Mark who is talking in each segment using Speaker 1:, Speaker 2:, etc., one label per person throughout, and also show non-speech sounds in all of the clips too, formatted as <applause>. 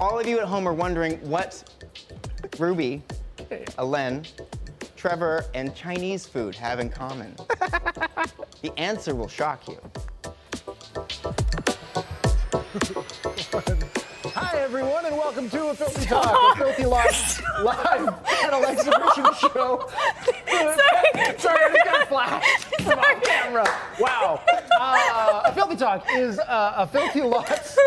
Speaker 1: all of you at home are wondering what Ruby, Alen, Trevor, and Chinese food have in <laughs> common. the answer will shock you.
Speaker 2: Hi, everyone, and welcome to A Filthy Talk, a Filthy Live, live panel exhibition show. Sorry, I just got a flash from off camera. Wow. Uh, a Filthy Talk is uh, a Filthy Lot's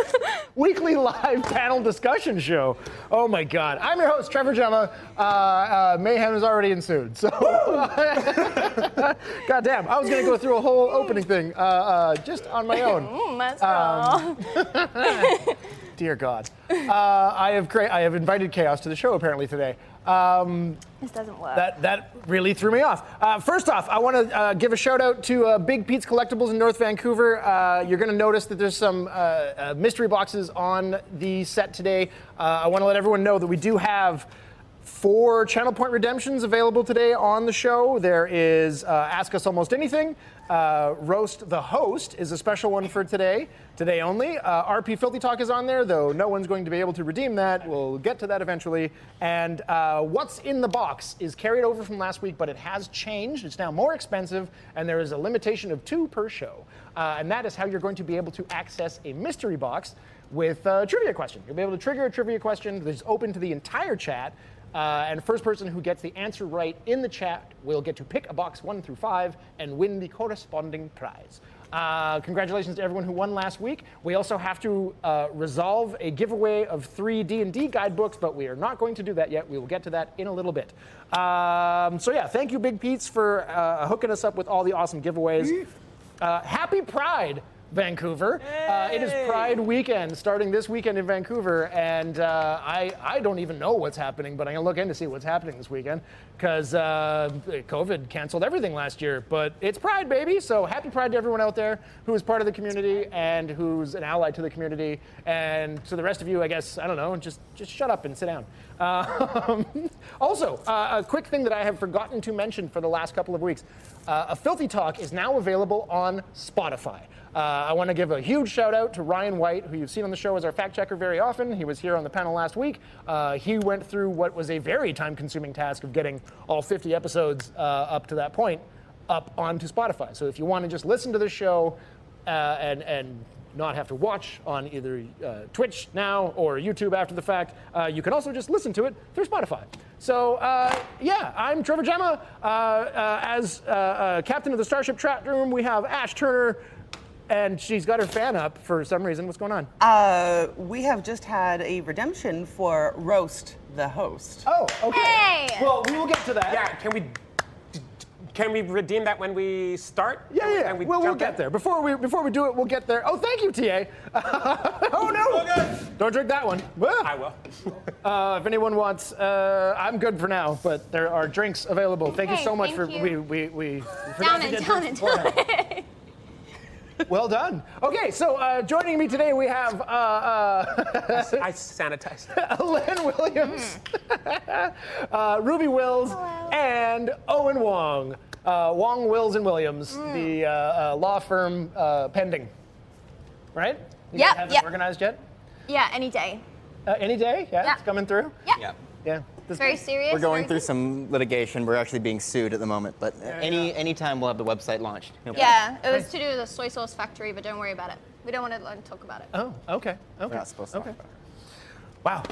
Speaker 2: weekly live panel discussion show. Oh, my God. I'm your host, Trevor Gemma. Uh, uh, mayhem has already ensued, so... <laughs> God damn, I was going to go through a whole opening thing uh, uh, just on my own.
Speaker 3: <laughs> That's all.
Speaker 1: Um,
Speaker 2: Dear God, <laughs> uh, I have cra- I have invited chaos to the show apparently today. Um,
Speaker 3: This doesn't work.
Speaker 2: that that really threw me off. Uh, first off, I want to uh, give a shout out to uh, Big Pete's Collectibles in North Vancouver. Uh, you're going to notice that there's some uh, uh, mystery boxes on the set today. Uh, I want to let everyone know that we do have. Four channel point redemptions available today on the show. There is uh, Ask Us Almost Anything, uh, Roast the Host is a special one for today, today only. Uh, RP Filthy Talk is on there, though no one's going to be able to redeem that. We'll get to that eventually. And uh, What's in the Box is carried over from last week, but it has changed. It's now more expensive, and there is a limitation of two per show. Uh, and that is how you're going to be able to access a mystery box with a trivia question. You'll be able to trigger a trivia question that is open to the entire chat. Uh, and first person who gets the answer right in the chat will get to pick a box one through five and win the corresponding prize. Uh, congratulations to everyone who won last week. We also have to uh, resolve a giveaway of three D&D guidebooks, but we are not going to do that yet. We will get to that in a little bit. Um, so yeah, thank you, Big Pete's, for uh, hooking us up with all the awesome giveaways. Uh, happy Pride, Vancouver. Uh, it is Pride weekend, starting this weekend in Vancouver, and uh, I, I don't even know what's happening, but I'm going to look in to see what's happening this weekend because uh, COVID canceled everything last year. But it's Pride, baby, so happy Pride to everyone out there who is part of the community and who's an ally to the community. And to the rest of you, I guess, I don't know, just, just shut up and sit down. Um, <laughs> also, uh, a quick thing that I have forgotten to mention for the last couple of weeks uh, A Filthy Talk is now available on Spotify. Uh, I want to give a huge shout out to Ryan White, who you've seen on the show as our fact checker very often. He was here on the panel last week. Uh, he went through what was a very time consuming task of getting all 50 episodes uh, up to that point up onto Spotify. So if you want to just listen to the show uh, and, and not have to watch on either uh, Twitch now or YouTube after the fact. Uh, you can also just listen to it through Spotify. So, uh, yeah, I'm Trevor Gemma. Uh, uh, as uh, uh, captain of the Starship Chat Room, we have Ash Turner, and she's got her fan up for some reason. What's going on?
Speaker 4: Uh, we have just had a redemption for Roast the Host.
Speaker 2: oh, okay.
Speaker 3: Hey!
Speaker 2: Well, we will get to that.
Speaker 5: Yeah, can we can we redeem that when we start?
Speaker 2: Yeah, yeah, yeah.
Speaker 5: Can we
Speaker 2: well, we'll
Speaker 5: jump
Speaker 2: get
Speaker 5: in?
Speaker 2: there. Before we before we do it, we'll get there. Oh, thank you, <laughs> TA. oh no! Don't drink that one. <laughs>
Speaker 5: I will.
Speaker 2: Uh, if anyone wants, uh, I'm good for now, but there are drinks available. Thank you
Speaker 3: Okay,
Speaker 2: so much
Speaker 3: thank
Speaker 2: for
Speaker 3: you.
Speaker 2: we we we. for-
Speaker 3: Down it, down it, down it.
Speaker 2: well done. Okay, so uh, joining me today we have uh, uh, <laughs>
Speaker 5: I sanitized.
Speaker 2: Ellen Williams, <laughs> uh, Ruby Wills,
Speaker 3: Hello.
Speaker 2: and Owen Wong. Uh, Wong, Wills, and Williams,
Speaker 3: Hmm.
Speaker 2: the uh, uh, law firm uh, pending. Right? You guys
Speaker 3: Yep,
Speaker 2: have it
Speaker 3: yep.
Speaker 2: organized yet?
Speaker 3: yeah, any day.
Speaker 2: Uh, any day? Yeah,
Speaker 3: Yeah.
Speaker 2: it's coming through.
Speaker 3: Yeah.
Speaker 1: Yeah.
Speaker 2: Yeah. This-
Speaker 3: Very serious.
Speaker 1: We're going
Speaker 3: very
Speaker 1: through
Speaker 3: good.
Speaker 1: some litigation. We're actually being sued at the moment, but any any time we'll have the website launched. No problem.
Speaker 3: Yeah, it was to do with the soy sauce factory, but don't worry about it. We don't want to like, talk about it.
Speaker 1: Uh.
Speaker 2: Oh, okay. Okay.
Speaker 1: We're not supposed to.
Speaker 2: Okay.
Speaker 1: Okay.
Speaker 2: Wow.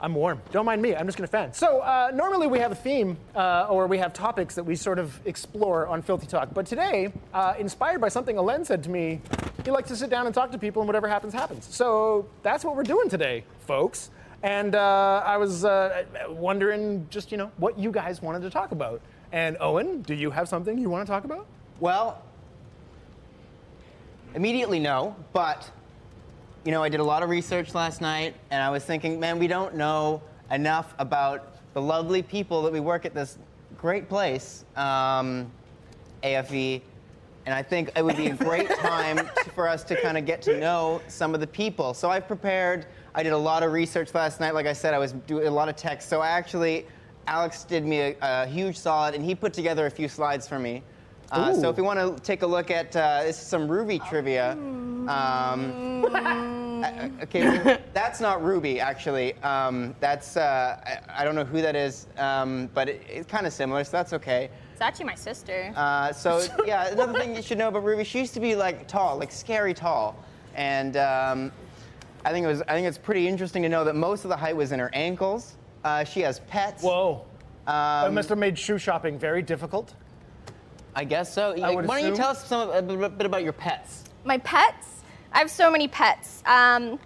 Speaker 2: I'm warm. Don't mind me. I'm just going to fan. So, uh, normally we have a theme uh, or we have topics that we sort of explore on Filthy Talk. But today, uh, inspired by something Alen said to me, he likes to sit down and talk to people, and whatever happens, happens. So, that's what we're doing today, folks. And uh, I was uh, wondering just, you know, what you guys wanted to talk about. And, Owen, do you have something you want to talk about?
Speaker 1: Well, immediately no, but you know, I did a lot of research last night and I was thinking, man, we don't know enough about the lovely people that we work at this great place, um, AFE. And I think it would be a great time for us to kind of get to know some of the people. So I've prepared, I did a lot of research last night. Like I said, I was doing a lot of text. So I actually, Alex did me a, a huge solid and he put together a few slides for me. Uh, so
Speaker 2: Ooh.
Speaker 1: if you want to take a look at, uh, this is some Ruby trivia. Um, Uh, okay, well, that's not Ruby, actually. Um, that's, uh, I, I don't know who that is, um, but it, it's kind of similar, so that's okay.
Speaker 6: It's actually my sister.
Speaker 1: Uh, so, yeah, another thing you should know about Ruby, she used to be like tall, like scary tall. And um, I, think it was, I think it's pretty interesting to know that most of the height was in her ankles. Uh, she has pets.
Speaker 2: Whoa. that
Speaker 1: Um,
Speaker 2: must have made shoe shopping very difficult.
Speaker 1: I guess so. Why
Speaker 2: would
Speaker 1: don't you
Speaker 2: assume.
Speaker 1: tell us some, a bit bit about your pets?
Speaker 6: my pets. I have so many pets. Um,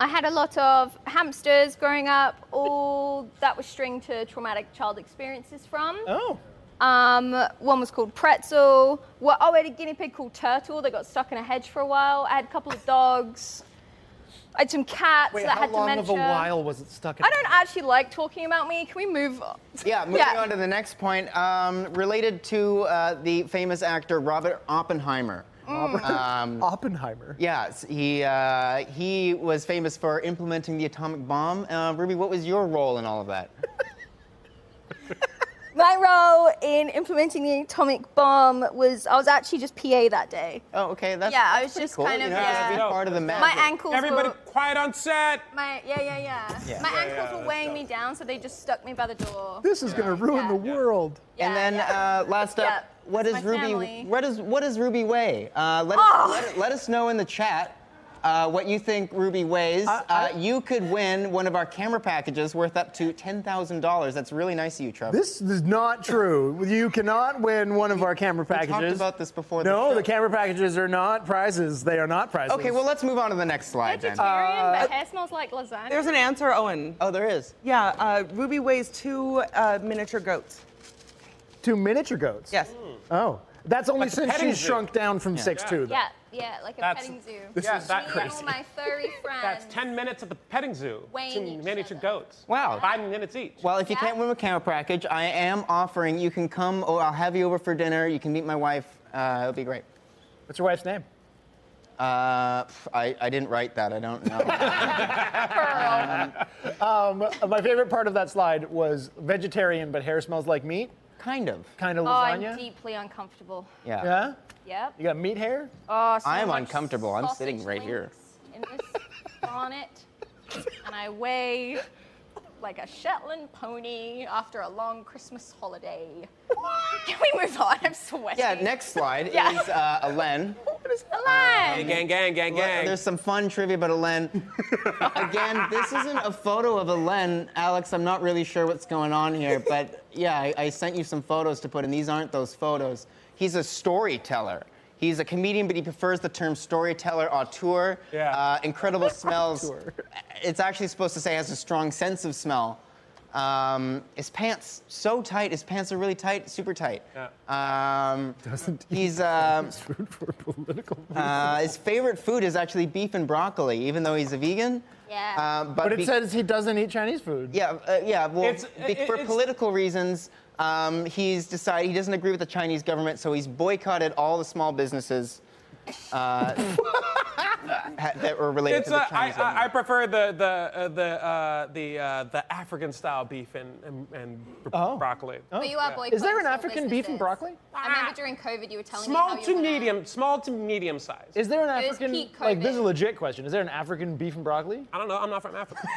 Speaker 6: I had a lot of hamsters growing up. All that was stringed to traumatic child experiences from.
Speaker 2: Oh.
Speaker 6: Um, one was called Pretzel. Well, oh, I had a guinea pig called Turtle that got stuck in a hedge for a while. I had a couple of dogs. I had some cats
Speaker 2: Wait,
Speaker 6: that
Speaker 2: how
Speaker 6: had
Speaker 2: long
Speaker 6: dementia.
Speaker 2: of a while was it stuck in
Speaker 6: I don't actually like talking about me. Can we move on?
Speaker 1: Yeah, moving on to the next point, um, related to uh, the famous actor Robert Oppenheimer.
Speaker 2: Oppenheimer.
Speaker 1: Yes, he uh, he was famous for implementing the atomic bomb. Uh, Ruby, what was your role in all of
Speaker 2: <laughs>
Speaker 1: that?
Speaker 6: My role in implementing the atomic bomb was I was actually just PA that day.
Speaker 1: Oh, okay, that's
Speaker 6: Yeah, I
Speaker 1: that's
Speaker 6: was
Speaker 1: pretty
Speaker 6: just
Speaker 1: cool.
Speaker 6: kind
Speaker 1: you
Speaker 6: of,
Speaker 1: know, just
Speaker 6: yeah.
Speaker 1: be part of the magic.
Speaker 6: My ankles
Speaker 5: Everybody
Speaker 6: were
Speaker 5: quiet on set.
Speaker 6: my yeah yeah yeah.
Speaker 1: Yeah.
Speaker 6: My
Speaker 1: Yeah,
Speaker 6: ankles were weighing me down, so they just stuck me by the door.
Speaker 2: This is going to ruin
Speaker 6: Yeah.
Speaker 2: the world.
Speaker 1: And then
Speaker 6: yeah.
Speaker 1: uh, last up,
Speaker 6: Yeah,
Speaker 1: what
Speaker 6: that's
Speaker 1: is
Speaker 6: my
Speaker 1: Ruby?
Speaker 6: family.
Speaker 1: What is what is Ruby weigh? Uh, let,
Speaker 6: Oh.
Speaker 1: us, let, it- let us know in the chat. Uh, what you think Ruby weighs?
Speaker 2: I-
Speaker 1: uh, you could win one of our camera packages worth up to ten thousand dollars. That's really nice of you, Trevor.
Speaker 2: This is not true. You cannot win one of our camera
Speaker 1: talked
Speaker 2: packages.
Speaker 1: about this before the
Speaker 2: No,
Speaker 1: show.
Speaker 2: the camera packages are not prizes. They are not prizes.
Speaker 1: okay, well let's move on to the next slide then. uh,
Speaker 6: Vegetarian, but hair smells like lasagna.
Speaker 4: There's an answer, Owen.
Speaker 1: oh, there is.
Speaker 4: Yeah, uh, Ruby weighs two uh, miniature goats.
Speaker 2: two miniature goats.
Speaker 4: Yes.
Speaker 2: Oh, that's only
Speaker 5: Like a
Speaker 2: since
Speaker 5: petting
Speaker 2: she's
Speaker 5: zoo.
Speaker 2: shrunk down from six two. Though.
Speaker 6: yeah, yeah, like a
Speaker 5: That's-
Speaker 6: petting zoo.
Speaker 5: this Yeah, is that
Speaker 6: me and all
Speaker 5: crazy.
Speaker 6: my furry friends.
Speaker 5: That's 10 minutes at the petting zoo.
Speaker 6: Weighing
Speaker 5: Two
Speaker 6: each
Speaker 5: miniature
Speaker 6: other.
Speaker 5: goats.
Speaker 1: Wow.
Speaker 5: Five minutes each.
Speaker 1: Well, if you
Speaker 6: Yeah.
Speaker 1: can't win a camera package, I am offering. You can come, or I'll have you over for dinner. You can meet my wife. Uh, it'll be great.
Speaker 2: What's your wife's name?
Speaker 1: Uh, pff, I, I didn't write that. I don't
Speaker 6: <laughs>
Speaker 1: know.
Speaker 6: Pearl.
Speaker 2: Um, my favorite part of that slide was vegetarian, but hair smells like meat.
Speaker 1: kind of.
Speaker 2: Kind of
Speaker 6: Oh,
Speaker 2: lasagna.
Speaker 6: I'm deeply uncomfortable.
Speaker 1: Yeah.
Speaker 2: Yeah.
Speaker 6: Yep.
Speaker 2: You got meat hair.
Speaker 6: Oh, so
Speaker 1: I am
Speaker 6: much
Speaker 1: uncomfortable. I'm
Speaker 6: sausage
Speaker 1: sitting right here.
Speaker 6: links In this <laughs> bonnet, and I weigh like a Shetland pony after a long Christmas holiday. Can we move on? I'm sweating.
Speaker 1: Yeah. Next slide
Speaker 6: Yeah.
Speaker 1: is uh,
Speaker 6: <laughs>
Speaker 1: Alen.
Speaker 6: Hello.
Speaker 1: Um,
Speaker 5: gang, gang, gang, gang.
Speaker 1: There's some fun trivia about Alen. Again, this isn't a photo of Alen, Alex. I'm not really sure what's going on here, but yeah, I, I sent you some photos to put in. These aren't those photos. He's a storyteller. He's a comedian, but he prefers the term storyteller, auteur.
Speaker 5: Yeah.
Speaker 1: Uh, incredible smells. It's actually supposed to say has a strong sense of smell. Um, his pants so tight. His pants are really tight, super tight. Yeah. Um,
Speaker 2: Doesn't he
Speaker 1: he's um,
Speaker 2: food for political
Speaker 1: uh, his favorite food is actually beef and broccoli, even though he's a vegan.
Speaker 6: Yeah.
Speaker 1: Uh, but
Speaker 2: But it
Speaker 1: be-
Speaker 2: says he doesn't eat Chinese food.
Speaker 1: yeah, uh, yeah. Well,
Speaker 5: It's-
Speaker 1: be-
Speaker 5: it-
Speaker 1: for
Speaker 5: it's-
Speaker 1: political reasons, um, he's decided he doesn't agree with the Chinese government, so he's boycotted all the small businesses
Speaker 5: <laughs>
Speaker 1: uh, ha- that were related
Speaker 5: It's
Speaker 1: to the
Speaker 5: uh, I,
Speaker 1: Chinese government.
Speaker 5: I, I prefer the the uh, the uh, the uh, the African style beef and and, and br-
Speaker 2: Oh.
Speaker 5: broccoli.
Speaker 6: But you are boycotting
Speaker 2: Is there an
Speaker 6: small
Speaker 2: African beef and
Speaker 6: businesses.
Speaker 2: broccoli?
Speaker 6: I remember during COVID, you were telling me
Speaker 5: Small
Speaker 6: how you
Speaker 5: to
Speaker 6: were gonna-
Speaker 5: medium, small to medium size.
Speaker 2: Is there an
Speaker 6: It was
Speaker 2: African
Speaker 6: peak
Speaker 2: like this is a
Speaker 6: COVID.
Speaker 2: legit question? Is there an African beef and broccoli?
Speaker 5: I don't know. I'm not from Africa.
Speaker 2: <laughs>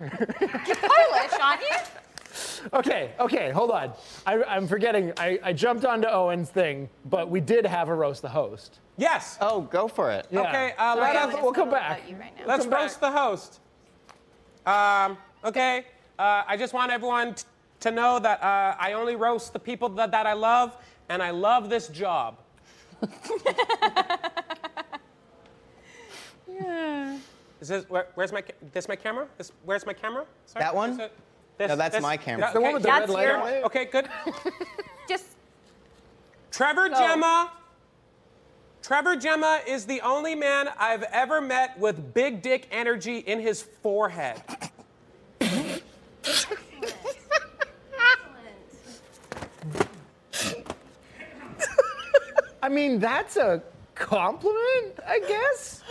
Speaker 6: Polish, aren't you?
Speaker 2: Okay, okay, hold on. I, I'm forgetting. I, I jumped onto Owen's thing, but we did have a roast the host.
Speaker 5: yes.
Speaker 1: oh, go for it.
Speaker 2: Yeah.
Speaker 5: Okay, uh,
Speaker 2: So
Speaker 5: let
Speaker 2: I
Speaker 5: us-
Speaker 2: guess
Speaker 5: we'll
Speaker 2: come
Speaker 6: What about
Speaker 2: back.
Speaker 6: you right now?
Speaker 5: Let's
Speaker 2: Come back.
Speaker 5: roast the host. Um, okay. Uh, I just want everyone t- to know that uh, I only roast the people that, that I love, and I love
Speaker 2: <laughs>
Speaker 5: this job. Is this, where, where's my ca- this my camera? This, where's my camera? Sorry,
Speaker 1: That one?
Speaker 5: is it- this-
Speaker 1: No, that's
Speaker 5: this-
Speaker 1: my camera.
Speaker 5: Yeah,
Speaker 2: The one with the
Speaker 6: red That's light your- on
Speaker 2: it?
Speaker 5: Okay, good.
Speaker 6: Just
Speaker 5: Trevor
Speaker 6: Go.
Speaker 5: Gemma. Trevor Gemma is the only man I've ever met with big dick energy in his forehead.
Speaker 2: I mean, that's a compliment, I guess.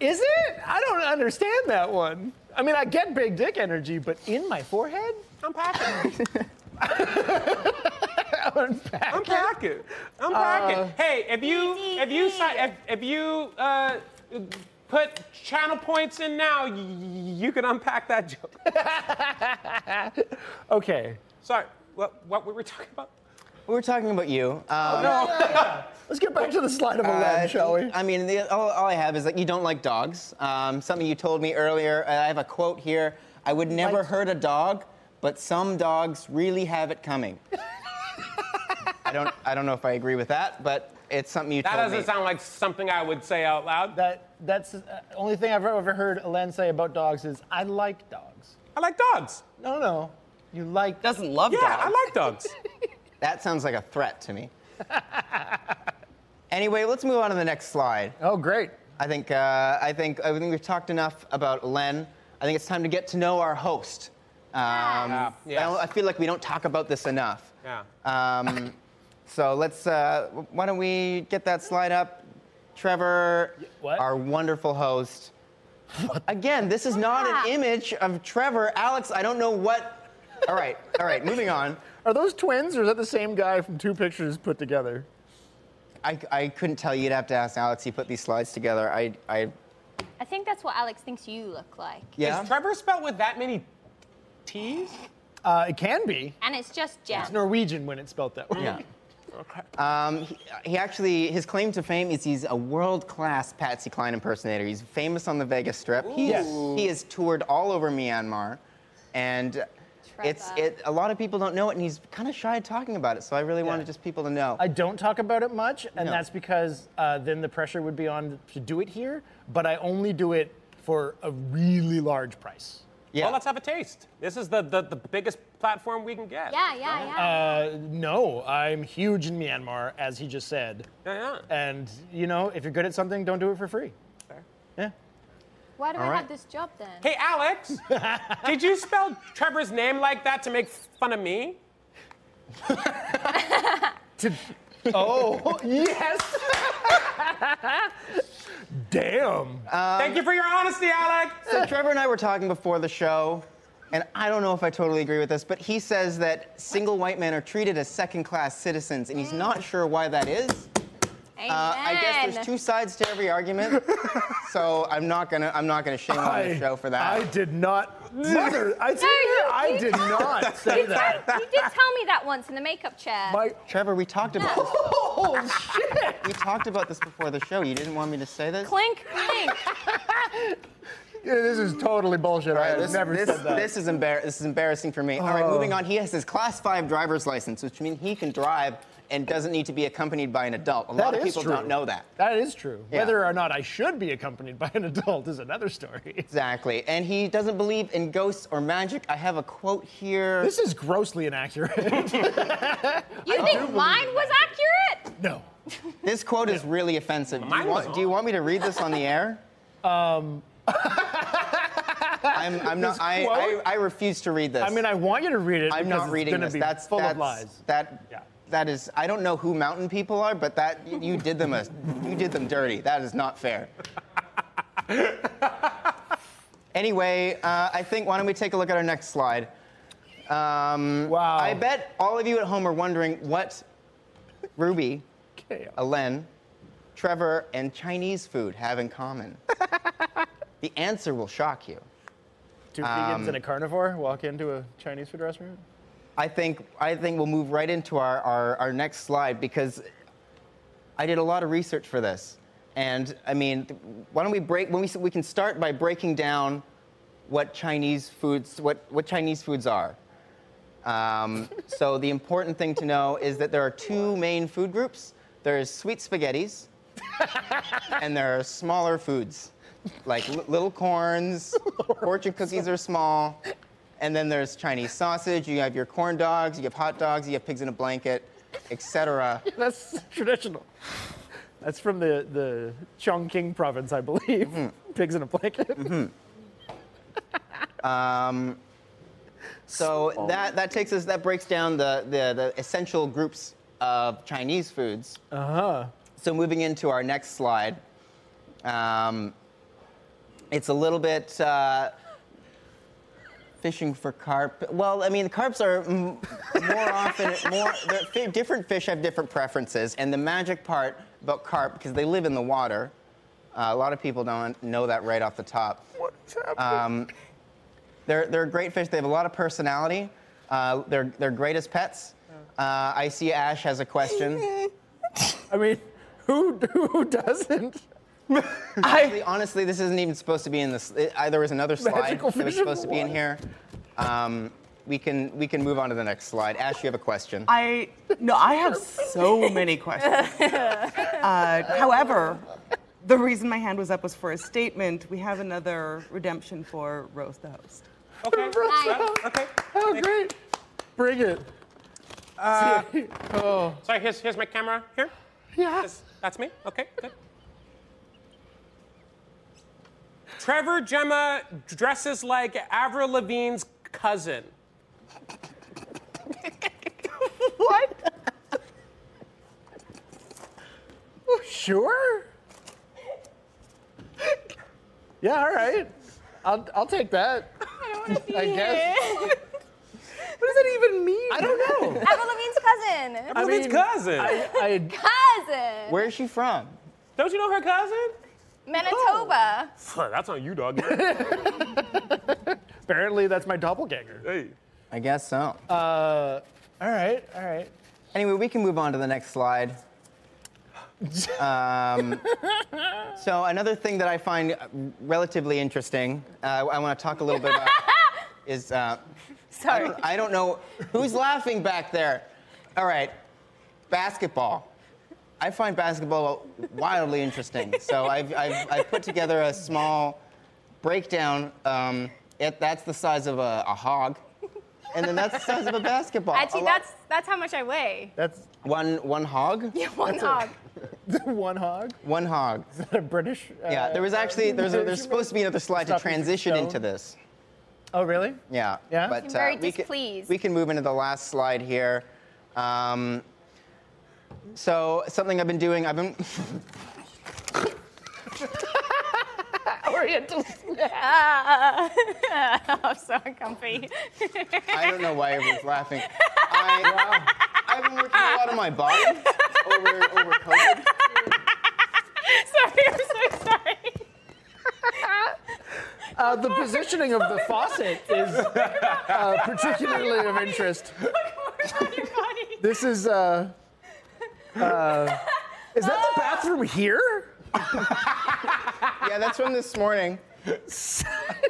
Speaker 2: Is it? I don't understand that one. I mean, I get big dick energy, but in my forehead?
Speaker 5: I'm packing.
Speaker 2: unpack.
Speaker 5: I'm packing. I'm packing. hey, if you if you si- if, if you uh, put channel points in now, y- you can unpack that joke.
Speaker 2: Okay.
Speaker 5: Sorry, what what were we talking about?
Speaker 1: We were talking about you. Um,
Speaker 2: Let's get back to the slide of a
Speaker 1: uh,
Speaker 2: lamb, shall we?
Speaker 1: I mean, the, all, all I have is like you don't like dogs. Um, something you told me earlier. uh, I have a quote here. I would never hurt a dog, but some dogs really have it
Speaker 5: <laughs>
Speaker 1: coming. I don't. I don't know if I agree with that, but it's something you
Speaker 5: That
Speaker 1: told
Speaker 5: doesn't
Speaker 1: me.
Speaker 5: sound like something I would say out loud.
Speaker 2: That that's the uh, only thing I've ever heard Alen say about dogs is I like dogs.
Speaker 5: I like dogs.
Speaker 2: No, no, you like
Speaker 4: Doesn't love
Speaker 5: Yeah,
Speaker 4: dogs.
Speaker 5: I like <laughs> dogs.
Speaker 1: that sounds like a threat to
Speaker 5: <laughs>
Speaker 1: me. anyway, let's move on to the next slide.
Speaker 2: Oh, great.
Speaker 1: I think, uh, I think I think we've talked enough about Len. I think it's time to get to know our host. Um,
Speaker 5: Yeah,
Speaker 1: I
Speaker 5: yes.
Speaker 1: don't- I, feel like we don't talk about this enough.
Speaker 5: Yeah.
Speaker 1: Um, so let's. Uh, why don't we get that slide up, Trevor?
Speaker 2: what?
Speaker 1: Our wonderful host. Again, this is not an
Speaker 3: Yeah.
Speaker 1: image of Trevor. Alex, I don't know what. All right, all right. Moving on.
Speaker 2: Are those twins, or is that the same guy from two pictures put together?
Speaker 1: I, I couldn't tell you. You'd have to ask Alex. He put these slides together. I, I
Speaker 3: I think that's what Alex thinks you look like.
Speaker 1: yeah.
Speaker 5: Is Trevor spelled with that many T's?
Speaker 2: Uh, it can be.
Speaker 3: And it's just Jen.
Speaker 2: It's Norwegian when it's spelled that way.
Speaker 1: Yeah. Um, he, he actually, his claim to fame is he's a world class Patsy Cline impersonator. He's famous on the Vegas Strip. He,
Speaker 2: Yes.
Speaker 1: he has toured all over Myanmar. And it's
Speaker 3: Trevor.
Speaker 1: it, a lot of people don't know it, and he's kind of shy at talking about it. So I really wanted just people to know.
Speaker 2: I don't talk about it much, and
Speaker 1: No.
Speaker 2: that's because uh, then the pressure would be on to do it here. But I only do it for a really large price.
Speaker 1: yeah.
Speaker 5: Well, let's have a taste. This is the, the, the biggest platform we can get.
Speaker 3: yeah, yeah, yeah.
Speaker 2: Uh, no, I'm huge in Myanmar, as he just said.
Speaker 5: Yeah, yeah.
Speaker 2: And you know, if you're good at something, don't do it for free. Yeah.
Speaker 3: Why do I
Speaker 1: all right.
Speaker 3: have this job then?
Speaker 5: Hey, Alex, did you spell Trevor's name like that to make fun of me?
Speaker 2: Oh <laughs> yes. Damn.
Speaker 5: Thank you for your honesty, Alex.
Speaker 1: So Trevor and I were talking before the show, and I don't know if I totally agree with this, but he says that single white men are treated as second class citizens, and he's not sure why that is.
Speaker 3: Amen.
Speaker 1: Uh, I guess
Speaker 3: <laughs>
Speaker 1: there's two sides to every
Speaker 2: <laughs>
Speaker 1: argument, so I'm not gonna I'm not gonna shame him on the show for that.
Speaker 2: I did not.
Speaker 1: <laughs>
Speaker 2: Mother, I, did,
Speaker 3: you-
Speaker 2: I
Speaker 3: you
Speaker 2: did
Speaker 3: don't.
Speaker 2: not say that.
Speaker 3: you did tell me that once in the makeup chair.
Speaker 2: My,
Speaker 1: Trevor, we talked about this.
Speaker 2: <laughs> oh shit!
Speaker 1: we talked about this before the show. You didn't want me to say this.
Speaker 3: Clink, clink.
Speaker 2: Yeah, this is totally bullshit. I
Speaker 1: All right,
Speaker 2: have
Speaker 1: this,
Speaker 2: never
Speaker 1: this-
Speaker 2: said that. Oh.
Speaker 1: this is embar- this is embarrassing for me. All right, moving on. He has his class five driver's license, which means he can drive and doesn't need to be accompanied by an adult. A lot
Speaker 2: That
Speaker 1: of
Speaker 2: is
Speaker 1: people
Speaker 2: true.
Speaker 1: don't know that.
Speaker 2: that is true.
Speaker 1: Yeah.
Speaker 2: Whether or not I should be accompanied by an adult is another story.
Speaker 1: Exactly. And he doesn't believe in ghosts or magic. I have a quote here.
Speaker 2: This is grossly inaccurate. <laughs>
Speaker 3: You think mine was accurate?
Speaker 2: no.
Speaker 1: This quote is really offensive. Do you,
Speaker 5: Mine
Speaker 1: want,
Speaker 5: was-
Speaker 1: do you want me to read this on the
Speaker 2: <laughs>
Speaker 1: air? Um. I'm, I'm not. I, I,
Speaker 2: quote?
Speaker 1: I refuse to read this.
Speaker 2: I mean, I want you to read it.
Speaker 1: I'm
Speaker 2: because
Speaker 1: not
Speaker 2: it's
Speaker 1: reading
Speaker 2: gonna
Speaker 1: this.
Speaker 2: Be
Speaker 1: that's
Speaker 2: full
Speaker 1: that's,
Speaker 2: of lies.
Speaker 1: That
Speaker 2: Yeah.
Speaker 1: that is. I don't know who mountain people are, but that you did them a you did them dirty. That is not
Speaker 2: <laughs>
Speaker 1: fair. anyway, uh, I think why don't we take a look at our next slide? Um,
Speaker 2: Wow.
Speaker 1: I bet all of you at home are wondering what Ruby,
Speaker 2: Okay.
Speaker 1: Alen, Trevor, and Chinese food have in common. <laughs> the answer will shock you.
Speaker 2: Two vegans and a
Speaker 1: Um,
Speaker 2: carnivore walk into a Chinese food restaurant.
Speaker 1: I think I think we'll move right into our, our, our next slide because I did a lot of research for this, and I mean, why don't we break? When we s- we can start by breaking down what Chinese foods what what Chinese foods are. Um, so the important thing to know is that there are two main food groups. There's sweet spaghettis, and there are smaller foods, like li- little corns. Fortune cookies are small, and then there's Chinese sausage. You have your corn dogs, you have hot dogs, you have pigs in a blanket, etc.
Speaker 2: That's traditional. That's from the, the Chongqing province, I believe. Pigs in a blanket.
Speaker 1: So that, that takes us, that breaks down the, the, the essential groups of Chinese foods. Uh huh. So moving into our next slide, um, it's a little bit, uh, fishing for carp. Well, I mean, carps are mm, more often more. they're fi- Different fish have different preferences, and the magic part about carp because they live in the water. Uh, a lot of people don't know that right off the top.
Speaker 2: What is happening?
Speaker 1: Um, they're, they're great fish. They have a lot of personality. Uh, they're, they're great as pets. Uh, I see Ash has a question.
Speaker 2: I mean, who who doesn't?
Speaker 1: Actually, honestly, this isn't even supposed to be in this. It, I, there was another slide
Speaker 2: Magical
Speaker 1: that was
Speaker 2: fish in
Speaker 1: supposed to be in here.
Speaker 2: water.
Speaker 1: Um, we can we can move on to the next slide. Ash, you have a question.
Speaker 4: I no, I have so many questions. <laughs> Uh, however, the reason my hand was up was for a statement. We have another redemption for Rose the host.
Speaker 5: Okay.
Speaker 3: Nice.
Speaker 5: Okay.
Speaker 2: <laughs> Oh, great! Bring it.
Speaker 5: Uh,
Speaker 2: <laughs> Oh.
Speaker 5: Sorry. Here's here's my camera. Here.
Speaker 2: Yeah.
Speaker 5: This- that's me. Okay. Good. Trevor Gemma dresses like Avril Lavigne's cousin.
Speaker 4: What?
Speaker 2: Oh, Sure. Yeah. All right. I'll I'll take that.
Speaker 3: I don't want to be
Speaker 2: I guess.
Speaker 3: here.
Speaker 4: <laughs> What does that even mean?
Speaker 2: I don't know.
Speaker 3: Avril Lavigne's cousin.
Speaker 5: Avril Lavigne's
Speaker 2: mean,
Speaker 5: cousin.
Speaker 2: I, I
Speaker 3: Cousin.
Speaker 1: Where is she from?
Speaker 5: Don't you know her cousin?
Speaker 3: Manitoba.
Speaker 5: Huh, that's on you,
Speaker 3: <laughs>
Speaker 5: dog.
Speaker 2: apparently that's my doppelganger.
Speaker 5: hey.
Speaker 1: I guess so.
Speaker 2: Uh, all right. All right.
Speaker 1: Anyway, we can move on to the next slide. Um,
Speaker 3: <laughs>
Speaker 1: so another thing that I find relatively interesting, uh, I want to talk a little bit
Speaker 3: <laughs>
Speaker 1: about, is uh, I,
Speaker 3: Sorry.
Speaker 1: don't, I don't know who's laughing back there. All right, basketball. I find basketball wildly interesting.
Speaker 3: <laughs>
Speaker 1: So I've, I've, I've put together a small breakdown. Um, it, that's the size of a, a hog, and then that's the size of a basketball. A
Speaker 3: Actually,
Speaker 1: lot-
Speaker 3: that's that's how much I weigh.
Speaker 2: That's <laughs>
Speaker 1: one one hog.
Speaker 3: Yeah, one
Speaker 2: a-
Speaker 3: hog.
Speaker 2: one hog.
Speaker 1: One hog.
Speaker 2: Is <laughs> that a British? uh,
Speaker 1: Yeah, there was actually there's
Speaker 2: <laughs>
Speaker 1: a, there's supposed to be another slide to
Speaker 2: Stop using
Speaker 1: transition
Speaker 2: stone.
Speaker 1: into this.
Speaker 2: Oh, really?
Speaker 1: Yeah.
Speaker 2: Yeah?
Speaker 1: But uh,
Speaker 3: I'm very
Speaker 1: we
Speaker 3: displeased.
Speaker 1: Can, we can move into the last slide here. Um, so something I've been doing, I've been
Speaker 3: <laughs>
Speaker 1: <laughs>
Speaker 3: I'm so uncomfy.
Speaker 1: I don't know why everyone's laughing. I, I've been working a lot on my body over over COVID.
Speaker 3: sorry, I'm so sorry.
Speaker 2: Uh, the positioning of the faucet <laughs> is uh, particularly of interest.
Speaker 3: Your body.
Speaker 2: This is. Uh, uh, is that the bathroom here?
Speaker 1: Yeah, that's from this morning. And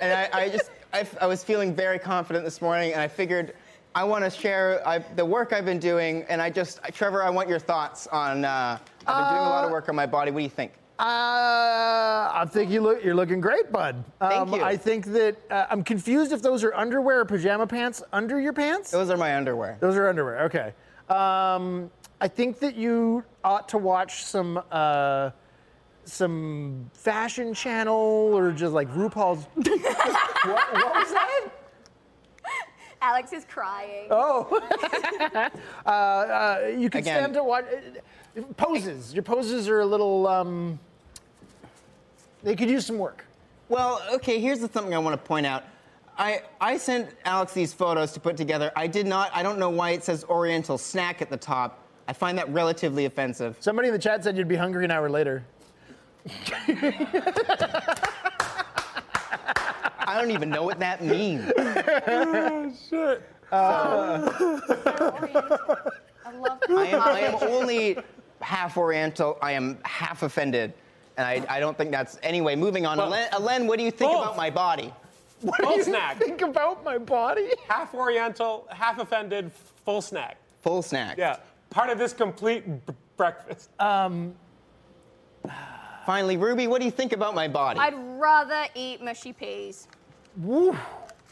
Speaker 1: I, I just, I, I was feeling very confident this morning, and I figured I want to share I, the work I've been doing, and I just, Trevor, I want your thoughts on. Uh, I've been doing a lot of
Speaker 2: Uh,
Speaker 1: work on my body. What do you think?
Speaker 2: Uh, I think you look, you're looking great, bud. Um,
Speaker 1: Thank you.
Speaker 2: I think that uh, I'm confused if those are underwear or pajama pants under your pants.
Speaker 1: Those are my underwear.
Speaker 2: Those are underwear. Okay. Um, I think that you ought to watch some uh, some fashion channel or just like RuPaul's. <laughs> what, what was that?
Speaker 3: Alex is crying.
Speaker 2: Oh. uh, uh, you can
Speaker 1: Again.
Speaker 2: stand to watch uh, poses. Your poses are a little. Um, they could use some work.
Speaker 1: Well, okay, here's the something I want to point out. I, I sent Alex these photos to put together. I did not, I don't know why it says Oriental snack at the top. I find that relatively offensive.
Speaker 2: Somebody in the chat said you'd be hungry an hour later.
Speaker 1: I don't even know what that means.
Speaker 3: I love
Speaker 1: I am, I am only half Oriental. I am half offended. And I, I don't think that's. Anyway, moving on. Alen, Alen, what do you think
Speaker 5: Both.
Speaker 1: about my body?
Speaker 2: What
Speaker 5: Full
Speaker 2: do you
Speaker 5: snack.
Speaker 2: think about my body?
Speaker 5: Half Oriental, half offended, full snack.
Speaker 1: Full snack.
Speaker 5: Yeah. Part of this complete b- breakfast.
Speaker 3: Uh.
Speaker 1: Finally, Ruby, what do you think about my body?
Speaker 3: I'd rather eat mushy peas.
Speaker 2: Woo.